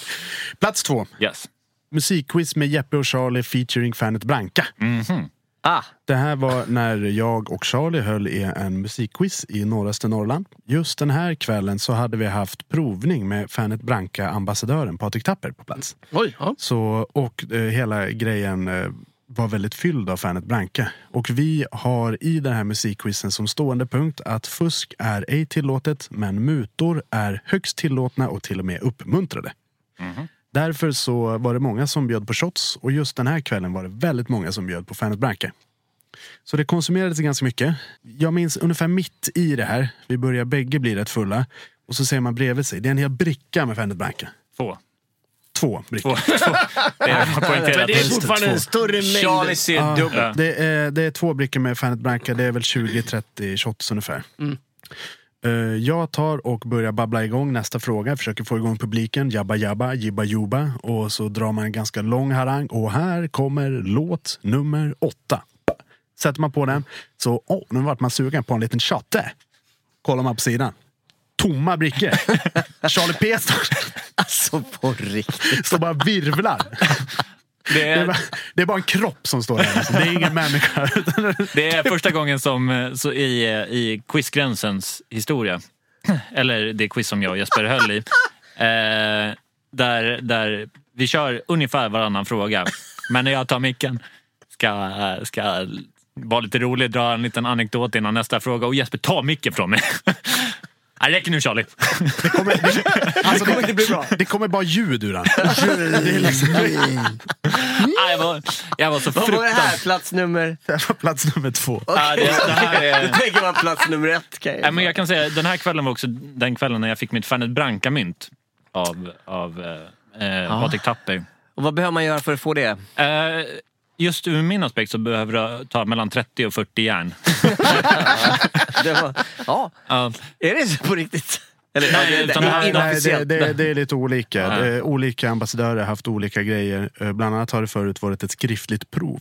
Plats två.
Yes.
Musikquiz med Jeppe och Charlie featuring Fanet Branca.
Mhm.
Ah.
Det här var när jag och Charlie höll i en musikquiz i norraste Norrland. Just den här kvällen så hade vi haft provning med Fanet Branca-ambassadören Patrik Tapper på plats.
Oj, ja.
Så, och eh, hela grejen eh, var väldigt fylld av Fanet Branca. Och vi har i den här musikquizen som stående punkt att fusk är ej tillåtet men mutor är högst tillåtna och till och med uppmuntrade. Därför så var det många som bjöd på shots och just den här kvällen var det väldigt många som bjöd på Fanet Branca. Så det konsumerades ganska mycket. Jag minns ungefär mitt i det här, vi börjar bägge bli rätt fulla och så ser man bredvid sig, det är en hel bricka med Fanet Branca.
Två.
Två brickor.
Det är poängterat.
Men det är fortfarande
Två.
en större mängd.
Charlie ser
Ja.
dubbelt.
Det är, det är två brickor med Fanet Branca. Det är väl 20-30 shots ungefär. Eh, Jag tar och börjar babbla igång nästa fråga. Försöker få igång publiken. Jabba jabba, jibba jubba. Och så drar man en ganska lång harang. Och här kommer låt nummer åtta. Sätter man på den så, åh, nu vart man sugen på en liten chatte. Kollar man på sidan. Tomma brickor. Charlie P står,
Alltså på riktigt.
står bara virvlar.
Det
Det är,
är,
bara, det är bara en kropp som står där. Alltså. Det är ingen människa. Utan
Alltså,
det är första gången som eh, så i, eh, i Quizgränsens historia, eller det quiz som jag och Jesper höll i, eh, där, där vi kör ungefär varannan fråga. Men när jag tar micken ska, eh, ska vara lite rolig, dra en liten anekdot innan nästa fråga. Och Jesper, ta micken från mig! Nej, räcker nu Charlie!
Det kommer, det, alltså, det, det, kommer bara ljud ur den. Det är liksom,
Nej, jag, var, jag var så
Vad var det
fruktansvärt...
här? Plats nummer...
det här var plats nummer två.
Ja, det, det här är...
Du tänker man plats nummer ett kan
Nej,
jag
men jag kan säga, den här kvällen var också den kvällen när jag fick mitt Fanet Branca-mynt av, av eh, eh, Patrik Tapper.
Och vad behöver man göra för att få det?
Eh, just ur min aspekt så behöver jag ta mellan 30 och 40 järn.
det var... Ja,
Ja.
är det så på riktigt? Eller,
Nej,
ja, det,
utan
det,
det här-
Nej,
är
det,
inofficiellt.
det, det är lite olika. Det är olika ambassadörer har haft olika grejer. Eh, Bland annat har det förut varit ett skriftligt prov.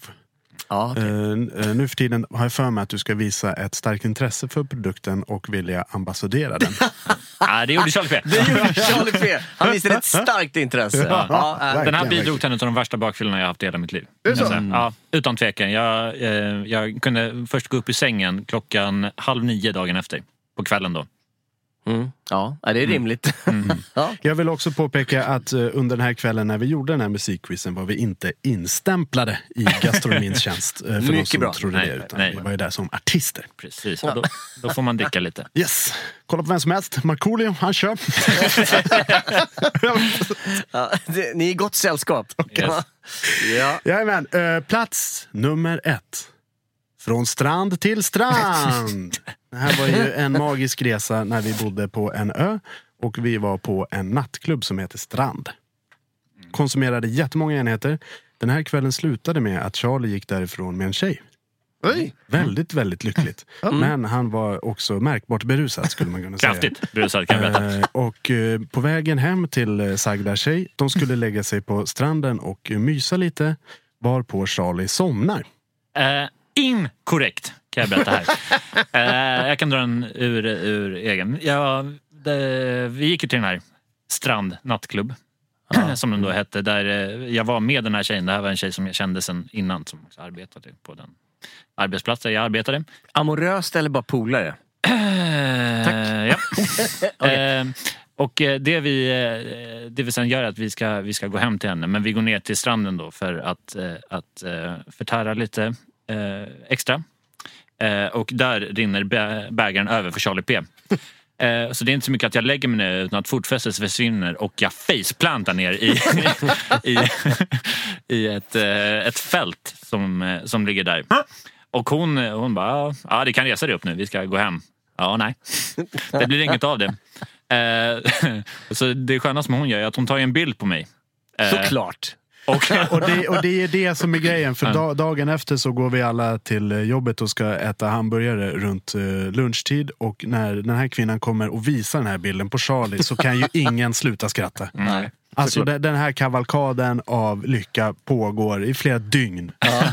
Ja, okej.
Eh, n- eh, Nu för tiden har jag för mig att du ska visa ett starkt intresse för produkten och vilja ambassadera den.
Nej, det gjorde Charlie P.
Det gjorde Charlie P. Han visade ett starkt intresse. Ja, ja,
Den här
verkligen,
bidrog till en av de värsta bakfyllorna jag haft i hela mitt liv. kan jag säga.
Mm.
Ja, utan tvekan. Jag, eh, jag kunde först gå upp i sängen klockan halv nio dagen efter. På kvällen då. Mm.
Mm. Ja, ja, det är rimligt. Ja.
Jag vill också påpeka att eh, under den här kvällen när vi gjorde den här musikquizen var vi inte instämplade i gastronomins tjänst. eh, För de
Mycket
som
bra.
trodde
Nej,
det. Utan
nej.
vi var ju där som artister.
Precis, och då, då får man dricka lite.
Yes. Kolla på vem som helst. Markoolio, han kör.
Ja, det, ni är i gott sällskap.
Yes.
Ja.
Jajamän. Eh, plats nummer ett. Från strand till strand. Det här var ju en magisk resa när vi bodde på en ö och vi var på en nattklubb som heter Strand. Konsumerade jättemånga enheter. Den här kvällen slutade med att Charlie gick därifrån med en tjej. Väldigt, väldigt lyckligt.
Mm.
Men han var också märkbart berusad skulle man kunna säga.
Kraftigt berusad kan jag berätta.
Eh, Och eh, på vägen hem till eh, sagda tjej, de skulle lägga sig på stranden och eh, mysa lite, varpå Charlie somnar.
Eh, inkorrekt kan jag berätta här. eh, jag kan dra den ur, ur egen. Ja, det, vi gick ju till den här Strand nattklubb,
Ah.
som den då hette. Där eh, jag var med den här tjejen. Det här var en tjej som jag kände sen innan som också arbetade på den arbetsplats där jag arbetade.
Amoröst eller bara polare?
Tack. Ja. Eh, och eh, det vi, eh, det vi sen gör är att vi ska, vi ska gå hem till henne men vi går ner till stranden då för att, eh, att eh, förtära lite eh, extra. Eh, Och där rinner bä- bägaren över för Charlie P. Eh, Så det är inte så mycket att jag lägger mig ner utan att fotfästet försvinner och jag faceplantar ner i, i, i ett, eh, ett fält som, eh, som ligger där.
Ah.
Och hon, eh, hon bara, "Ja, ja det kan resa dig upp nu, vi ska gå hem. Ja, nej. Det blir inget av det. Eh, Så det skönaste med hon gör är att hon tar ju en bild på mig. Eh,
Såklart.
Och,
och, det, och det är det som är grejen. För
Ja.
da, dagen efter så går vi alla till eh, jobbet och ska äta hamburgare runt eh, lunchtid. Och när den här kvinnan kommer och visar den här bilden på Charlie så kan ju ingen sluta skratta.
Mm.
Nej.
Alltså de- den här kavalkaden av lycka pågår i flera dygn.
ja,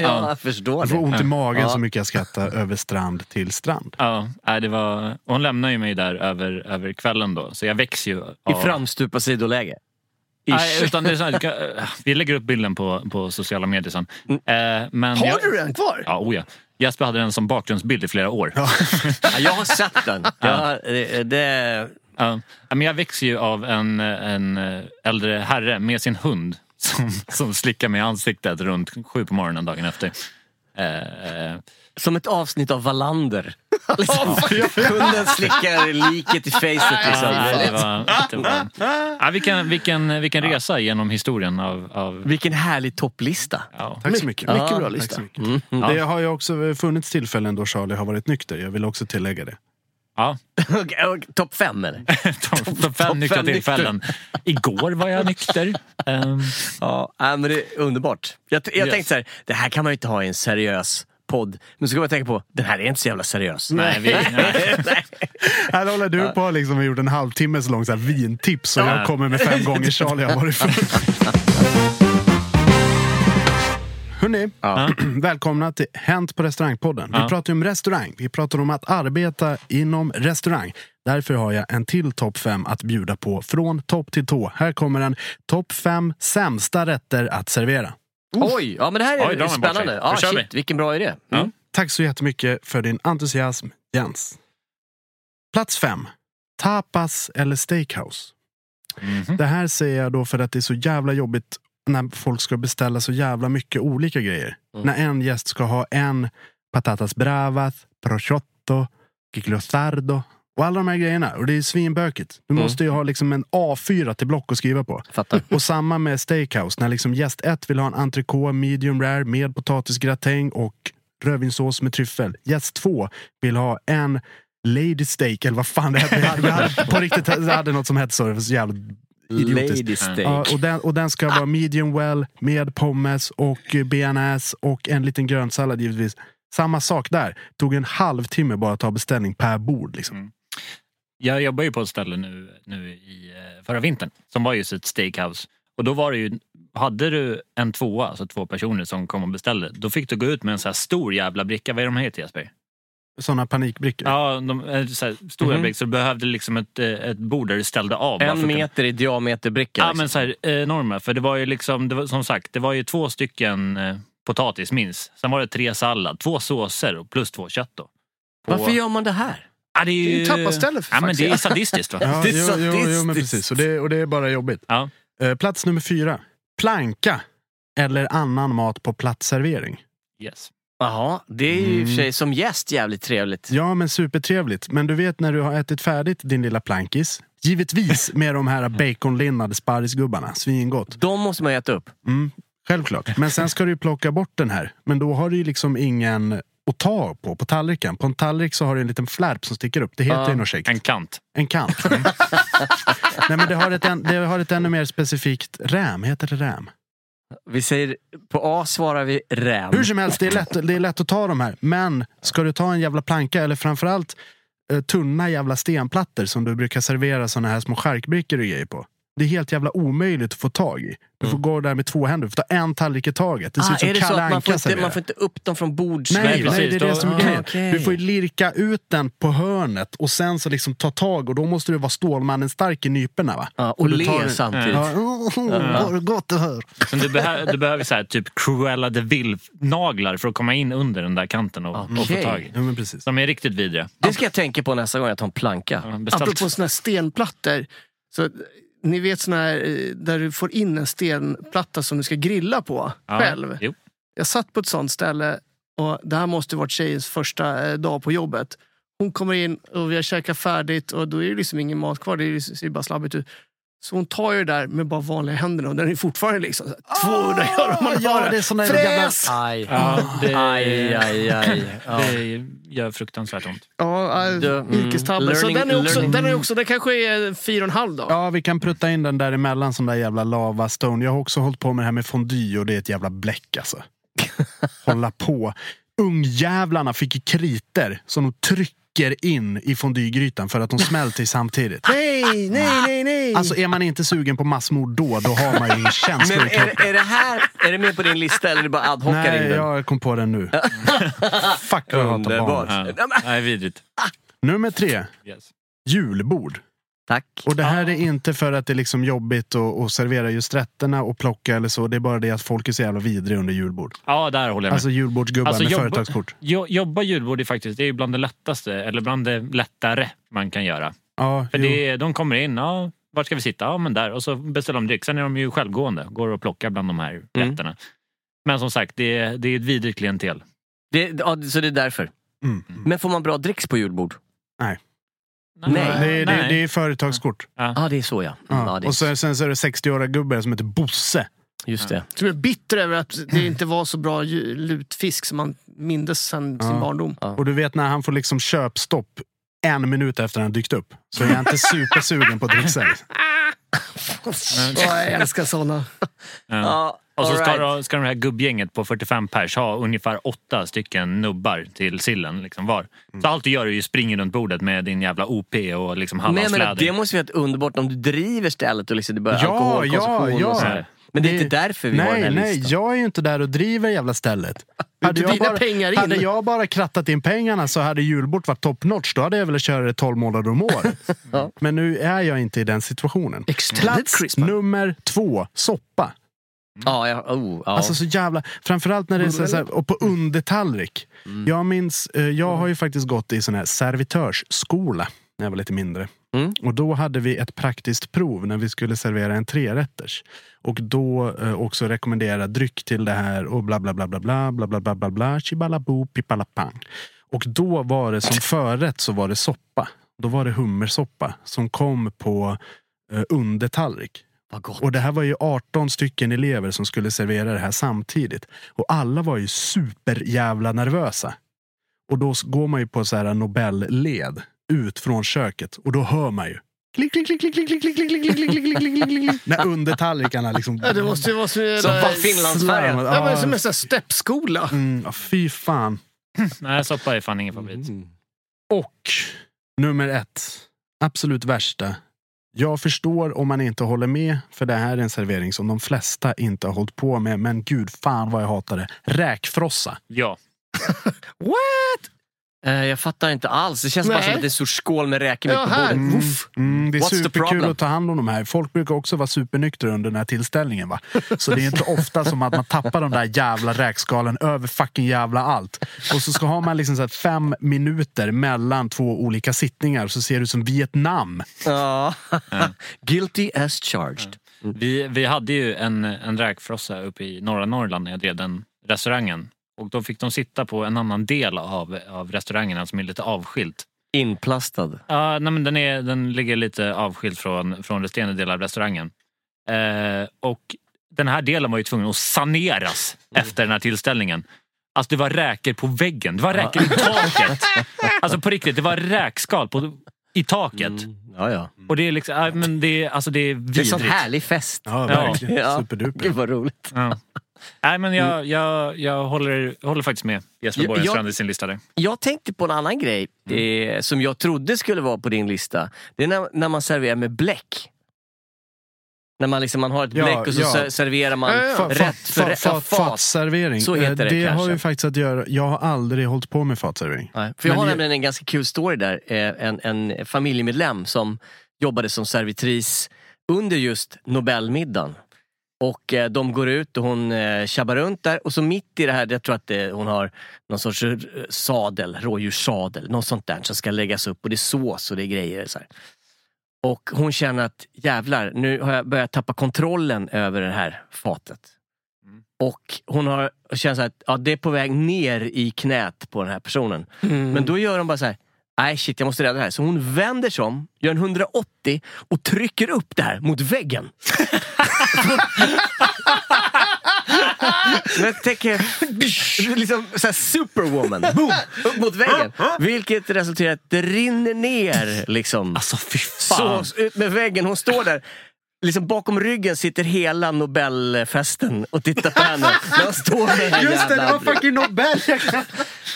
jag förstår
Jag får
det.
ont i magen
Ja.
så mycket jag skrattar över strand till strand.
Ja, nej, det var, hon lämnar ju mig där över, över kvällen då, så jag väcks ju.
I
av-
framstupa sidoläge?
Nej, utan det är så här, vi lägger upp bilden på, på sociala medier sen.
Mm.
Eh, men
Har
jag-
du den kvar?
Ja, oh ja. Jesper hade den som bakgrundsbild i flera år.
Ja, jag har sett den. Ja, det, det...
Ja, men jag växer ju av en, en äldre herre med sin hund som, som slickar mig i ansiktet runt sju på morgonen dagen efter. Eh,
Som ett avsnitt av Wallander. Liksom. Hunden slickar liket i facet. Liksom.
Ja, det var, det var, ja, vilken, vilken, vilken resa genom historien. Av, av...
Vilken härlig topplista.
Ja.
Tack så mycket.
Mycket bra
tack
lista.
så mycket.
Mm.
Det har ju också funnits tillfällen då Charlie har varit nykter. Jag vill också tillägga det.
Ja.
Topp fem eller?
Topp top fem nyktra
nykter.
tillfällen. Igår var jag nykter. Ehm,
Ja, nej, men det är underbart. Jag, jag
Yes.
tänkte så här, det här kan man ju inte ha i en seriös podd. Men så kommer jag tänka på, den här är inte så jävla seriös.
Nej, vi- nej.
Här håller du på liksom och gjort en halvtimme så lång så här vintips och
Ja.
jag kommer med fem gånger Charlie har varit full. Hörni, välkomna till Hänt på restaurangpodden. Vi
Ja.
pratar ju om restaurang. Vi pratar om att arbeta inom restaurang. Därför har jag en till topp fem att bjuda på från topp till tå. Här kommer en topp fem sämsta rätter att servera.
Oj, ja, men det här är
Oj, drar man bort
spännande.
sig.
Ja,
Då kör
shit, vilken bra idé. Mm.
Tack så jättemycket för din entusiasm, Jens. Plats fem. Tapas eller steakhouse? Det här säger jag då för att det är så jävla jobbigt när folk ska beställa så jävla mycket olika grejer. När en gäst ska ha en patatas bravas, prosciutto, giglosardo och alla de här grejerna. Och det är svinbökigt. Du måste ju ha liksom en A4 till block att skriva på.
Fattar.
Och samma med steakhouse. När liksom gäst ett vill ha en entrecote medium rare med potatisgratäng och rödvinssås med tryffel. Gäst två vill ha en lady steak eller vad fan det hette. Vi hade, vi hade, på riktigt vi hade något som hette så. Det var så jävla idiotiskt.
Lady steak.
Ja, och, den, och den
Ah.
ska vara medium well med pommes och eh, bearnaise och en liten grönsallad givetvis. Samma sak där. Tog en halvtimme bara att ta beställning per bord. Liksom.
Mm. Jag jobbar ju på ett ställe nu, nu i eh, förra vintern som var just ett steakhouse. Och då var det ju, hade du en tvåa, alltså två personer som kom och beställde, då fick du gå ut med en så här stor jävla bricka. Vad är de heter Jesper?
Sådana panikbrickor.
Ja, de, eh, så här, stora
Mhm.
brickor. Så du behövde liksom ett, eh, ett bord där du ställde av. bara för
En
att kunna-
meter i diameter bricka.
Ja,
liksom.
men så här, eh, enorma. För det var ju liksom, det var, som sagt, det var ju två stycken eh, potatis minst. Sen var det tre sallad, två såser och plus två kött. Då. På-
Varför gör man det här?
Ja, det är ju
Det är ju tapasställe för
ja, men
fuck's
Det är
sake.
sadistiskt. Va?
Ja,
Det är
jo, jo, jo, men
sadistiskt.
precis. Och det, och det är bara jobbigt.
Ja.
Eh, plats nummer fyra. Planka eller annan mat på platsservering.
Yes.
Jaha, det är ju i och för
Mm.
sig som gäst jävligt trevligt.
Ja, men supertrevligt. Men du vet när du har ätit färdigt din lilla plankis. Givetvis med de här baconlinnade sparrisgubbarna. Svingott.
De måste man ju äta upp.
Mm, självklart. Men sen ska du ju plocka bort den här. Men då har du ju liksom ingen att ta på på tallriken. På en tallrik så har du en liten flärp som sticker upp. Det heter
Ja.
ju något käckt.
En kant.
En kant. Nej, men det har, ett, en- det har ett ännu mer specifikt räm. Heter det räm?
Vi säger, på A svarar vi räv.
Hur som helst, det är, lätt, det är lätt att ta de här. Men ska du ta en jävla planka eller framförallt eh, tunna jävla stenplattor som du brukar servera såna här små charkbrickor och grejer på. Det är helt jävla omöjligt att få tag i. Du får gå där med två händer. Du får ta en tallrik i taget. Det ser
Mm. Ah,
ut som
är det så
Kalle
att man
Anka
får, inte, man
serverar.
får inte upp dem från bords?
Nej, nej, det är det som är grejen.
Ah, okej.
Du får ju lirka ut den på hörnet och sen så liksom ta tag och då måste du vara Stålmannen stark i nyporna. Va?
Ja,
och
du
le
tar-
samtidigt.
Ja, oh, oh,
Ja.
vad gott det här.
Sen du, behö- du behöver så här, typ Cruella de Vil-naglar för att komma in under den där kanten och, och få
Okej.
tag i.
Ja, men precis.
De är riktigt vidriga.
Det ska jag tänka på nästa gång jag tar en planka.
Apropå såna här stenplattor. Så, eh, ni vet såna här eh, där du får in en stenplatta som du ska grilla på
Ja,
själv.
jo.
Jag satt på ett sånt ställe och det här måste varit tjejens första eh, dag på jobbet. Hon kommer in och vi har käkat färdigt och då är det liksom ingen mat kvar. Det är liksom- ser bara slabbigt ut. Så hon tar ju det där med bara vanliga händerna och den är fortfarande liksom så här
Ah,
200 euro. Man
ja,
har
det är såna här
Fräs!
gamla-
Aj.
Ja, det,
Aj, aj, aj. Ja.
det gör fruktansvärt ont.
Ja, äh, yrkestabben. Så
Mm. learning-
den är också,
learning-
den är också, den kanske är fyra och en halv då.
Ja, vi kan prutta in den däremellan som där jävla lava stone. Jag har också hållit på med det här med fondue och det är ett jävla bläck alltså. Hålla på. Ungjävlarna fick ju kriter som de trycker in i fondygrytan för att de smälter samtidigt.
Nej, nej, nej, nej.
Alltså är man inte sugen på massmord då, då har man ju ingen
Men
känsla i
är,
kroppen.
det- är det här är det med på din lista eller är det bara ad hocar in
Nej,
den?
jag kom på den nu. Fuck vad jag hatar
Underbart.
barn.
Ja.
Nej, vidrigt.
Nummer tre.
Yes.
Julbord.
Tack.
Och det här är inte för att det är liksom jobbigt att, att servera just rätterna och plocka eller så. Det är bara det att folk är så jävla vidriga under julbord.
Ja, där håller jag med.
Alltså julbordsgubbar
Alltså,
med
jobba-
företagskort.
Jo, jobba julbord är faktiskt det är bland det lättaste, eller bland det lättare man kan göra.
Ja,
För
jo.
det, är- de kommer in, ja, var ska vi sitta? Ja, men där. Och så beställer de dryck. Sen är de ju självgående, går och plockar bland de här
Mm.
rätterna. Men som sagt, det, är- det är ett vidrigt klientel.
Det, ja, så det är därför.
Mm.
Men får man bra dricks på julbord?
Nej.
Nej.
Det, är- det,
Nej.
är- det är företagskort.
Ja.
Ja, ah, det är så ja. Mm, ja
Ja.
det
Och
är,
sen, sen så är det 60-åriga gubbar som heter Bosse.
just det.
Som är bitter över att det inte var så bra ju- lutfisk som man mindes sen sin
Ja.
barndom.
Och du vet när han får liksom köpstopp en minut efter han dykt upp. Så är jag inte supersugen på att dricksa.
Åh, jag älskar såna.
Ja,
Och så
all
ska,
right.
de- ska de här gubbgänget på 45 pers ha ungefär åtta stycken nubbar till sillen liksom var.
Mm.
Så allt du gör är ju springer runt bordet med din jävla OP och liksom
Nej, men det
Hallandsläder.
måste ju vara underbart om du driver stället och liksom det börjar
Ja,
alkoholkonsumtion
ja,
och så
ja.
här. Men det är inte därför vi har den
Nej,
här
nej.
listan.
Jag är ju inte där och driver jävla stället. Hade
Inte
jag,
dina
bara,
pengar in.
hade jag bara krattat in pengarna så hade julbord varit top notch. Då hade jag velat köra det 12 månader om året. Men nu är jag inte i den situationen.
Extended
Plats
Christmas.
nummer två, soppa.
Ja, ja, oh, ja.
Alltså så jävla... Framförallt när det är så så här, och på undertallrik.
Mm.
Jag minns, eh, jag har ju faktiskt gått i sån här servitörsskola när jag var lite mindre.
Mm.
Och då hade vi ett praktiskt prov när vi skulle servera en trerätters. Och då eh, också rekommendera dryck till det här och bla bla bla bla bla bla bla bla bla bla chibalabo pipalapang. Och då var det som förrätt så var det soppa. Då var det hummersoppa som kom på eh, undertallrik.
Vad gott.
Och det här var ju 18 stycken elever som skulle servera det här samtidigt. Och alla var ju superjävla nervösa. Och då s- går man ju på så här Nobelled ut från köket och då hör man ju klick, klick, klick, klick, klick, klick, klick, klick, klick, klick, klick, klick, klick, klick, klick. När undertallrikarna liksom...
Ja, det måste ju vara som en
Som
jävla-
fan Finlandsfärjan.
Ja, men som
Ja,
en sån här steppskola.
mm, ja, fy fan.
Nej, soppa är fan ingen favorit.
Och nummer ett, absolut värsta. Jag förstår om man inte håller med, för det här är en servering som de flesta inte har hållit på med. Men gud fan vad jag hatar det. Räkfrossa.
Ja.
What?
Eh, jag fattar inte alls. Det känns bara
Nej.
som att det är en stor skål med räkor
Ja,
mitt på
här.
bordet.
Mm.
Mm, det är
What's the
superkul
problem?
att ta hand om de här. Folk brukar också vara supernyktra under den här tillställningen. Va? Så det är inte ofta som att man tappar de där jävla räkskalen över fucking jävla allt. Och så ska har man liksom så här fem minuter mellan två olika sittningar så ser du som Vietnam.
Ja. Guilty as charged.
Vi, vi hade ju en, en räkfrossa uppe i norra Norrland när jag drev den restaurangen. Och då fick de sitta på en annan del av, av restaurangen alltså som är lite avskilt.
Inplastad.
Ja, nej, men den, är, den ligger lite avskild från, från resterande delar av restaurangen. Eh, och den här delen var ju tvungen att saneras
Mm.
efter den här tillställningen. Alltså det var räkor på väggen, det var räkor i taket. Alltså på riktigt, det var räkskal på i taket.
Mm, Ja, ja.
Och det är liksom, ja, men det är, alltså det är
Det är en sån
vidrigt.
härlig fest.
Ja, verkligen.
Superduper.
Gud vad roligt.
Ja. Nej, men
Mm.
jag, jag, jag håller, jag håller faktiskt med Jesper
Jag-
Borgenstrand
jag-
i sin lista där.
Jag tänkte på en annan grej
Mm.
eh, som jag trodde skulle vara på din lista. Det är när, när man serverar med bläck. När man, liksom, man har ett
Ja,
bläck och så
ja.
ser- serverar man
Fa- fa-
rätt för
fa-
rätt.
fa-
ja,
Fatservering.
Så heter det,
Eh, det har
kanske.
ju faktiskt att göra... Jag har aldrig hållit på med fatservering.
Nej, För jag
Men
har
det-
nämligen en ganska kul story där. Eh, En, en familjemedlem som jobbade som servitris under just Nobelmiddagen. Och eh, de går ut och hon eh, tjabbar runt där och så mitt i det här, jag tror att eh, hon har någon sorts eh, sadel, rådjurssadel, något sånt där som ska läggas upp och det är sås och det är grejer. Så här. Och hon känner att jävlar, nu har jag börjat tappa kontrollen över det här fatet. Och hon har och känner så här att ja, det är på väg ner i knät på den här personen. Men då gör hon bara så här. Nej shit, jag måste rädda det här. Så hon vänder sig om, gör en 180 och trycker upp det här mot väggen. Men jag tänker, liksom så här superwoman. Boom! Upp mot väggen. Vilket resulterar i att det rinner ner. Liksom. Alltså fy
fan.
Så, ut med väggen. Hon står där. Liksom bakom ryggen sitter hela Nobelfesten och tittar på henne. När hon står med den här
Just det, det
jävla-
var fucking Nobel!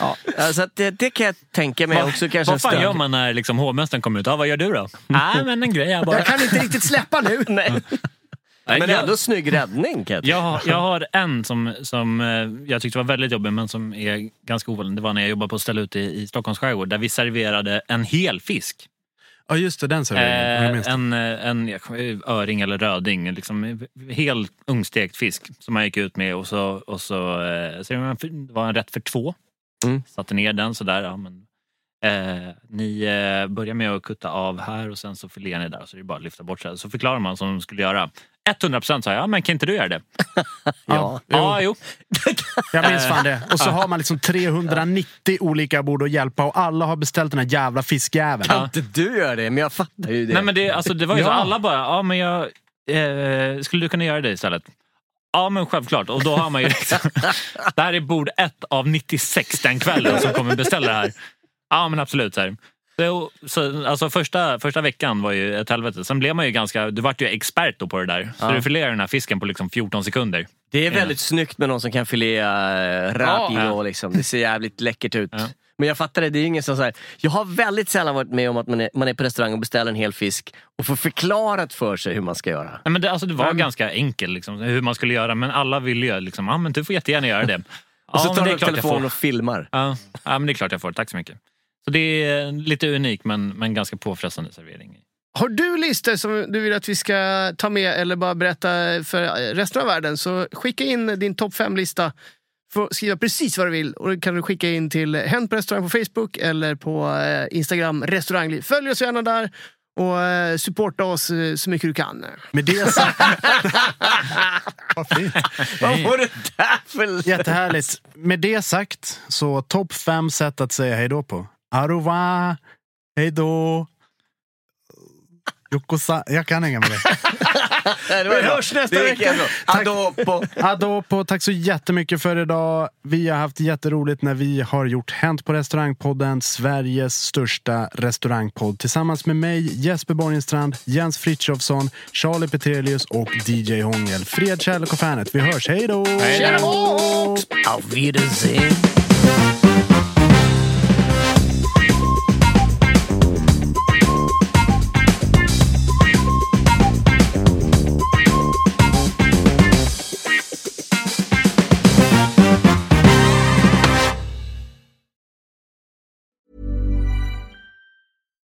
Ja, så att det, det kan jag tänka mig också kanske
vad fan
stör.
gör man när liksom, hovmästaren kommer ut? Ja, vad gör du då? Nej, men en grej jag bara...
Jag kan inte riktigt släppa nu. Nej. Men
jag-
ändå snygg räddning. Kan jag tycka.
Jag har, jag har en som, som eh, jag tyckte var väldigt jobbig, men som är ganska ovanlig. Det var när jag jobbade på ett ställe ute i, i Stockholms skärgård där vi serverade en hel fisk.
Ja, just det. Den serveringen. jag minns
Eh, en, eh, en jag kommer- öring eller röding, liksom, hel ungstekt fisk som man gick ut med. Och så, och så, eh, så det var en- det var en rätt för två. Satte ner den sådär. Ja, men, eh, ni eh, börjar med att kutta av här och sen så filear ni där. Så det är bara att lyfta bort. Så, här. så förklarar man som de skulle göra. 100 procent sa jag, ja, men kan inte du göra det?
ja.
ja, jo.
Jag minns fan det. Och så har man liksom 390 olika bord att hjälpa och alla har beställt den här jävla fiskjäveln.
Kan inte du göra det? Men jag fattar ju det.
Nej, men det, alltså, det var ju så
Ja.
alla bara, ja men jag, eh, skulle du kunna göra det istället? Ja men självklart, och då har man ju liksom, det här är bord 1 av 96 den kvällen som kommer beställa det här. Ja men absolut. Så här. Så, så, alltså första, första veckan var ju ett helvete. Sen blev man ju ganska, du vart ju expert då på det där. Så
Ja.
du filerar den här fisken på liksom 14 sekunder.
Det är väldigt snyggt med någon som kan filea rapido. Liksom. Det ser jävligt läckert ut. Men jag fattar det, det är ju ingen som säger. Jag har väldigt sällan varit med om att man är, man är på restaurang och beställer en hel fisk och får förklarat för sig hur man ska göra.
Nej, men det, alltså, det var ganska enkelt liksom, hur man skulle göra, men alla ville ju liksom, ja men du får jättegärna göra det. Ja,
Och så
men
tar
det
du
är
upp
klart jag
telefonen
får.
och filmar.
Ja, ja men det är klart jag får. Tack så mycket. Så det är lite unik men, men ganska påfrestande servering.
Har du listor som du vill att vi ska ta med eller bara berätta för resten av världen så skicka in din topp fem lista Får skriva precis vad du vill och det kan du skicka in till Hänt på restaurang på Facebook eller på eh, Instagram restaurangliv. Följ oss gärna där och eh, supporta oss eh, så mycket du kan.
Med det sagt... Vad fint.
Vad var det där för...
Jättehärligt. Med det sagt, så topp fem sätt att säga hejdå på. Arova, hejdå. Yokosa... Jag kan inga med det.
Nej, det var
Vi
bra.
hörs nästa
Det gick
vecka.
jättebra. Adå på.
Adopo, tack så jättemycket för idag. Vi har haft jätteroligt när vi har gjort Hänt på restaurangpodden, Sveriges största restaurangpodd. Tillsammans med mig, Jesper Borgenstrand, Jens Frithiofsson, Charlie Petrelius och DJ Hångel. Fred, kärlek och fanet. Vi hörs. Hej då!
Tjena folks! Auf Wiedersehen!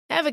Ever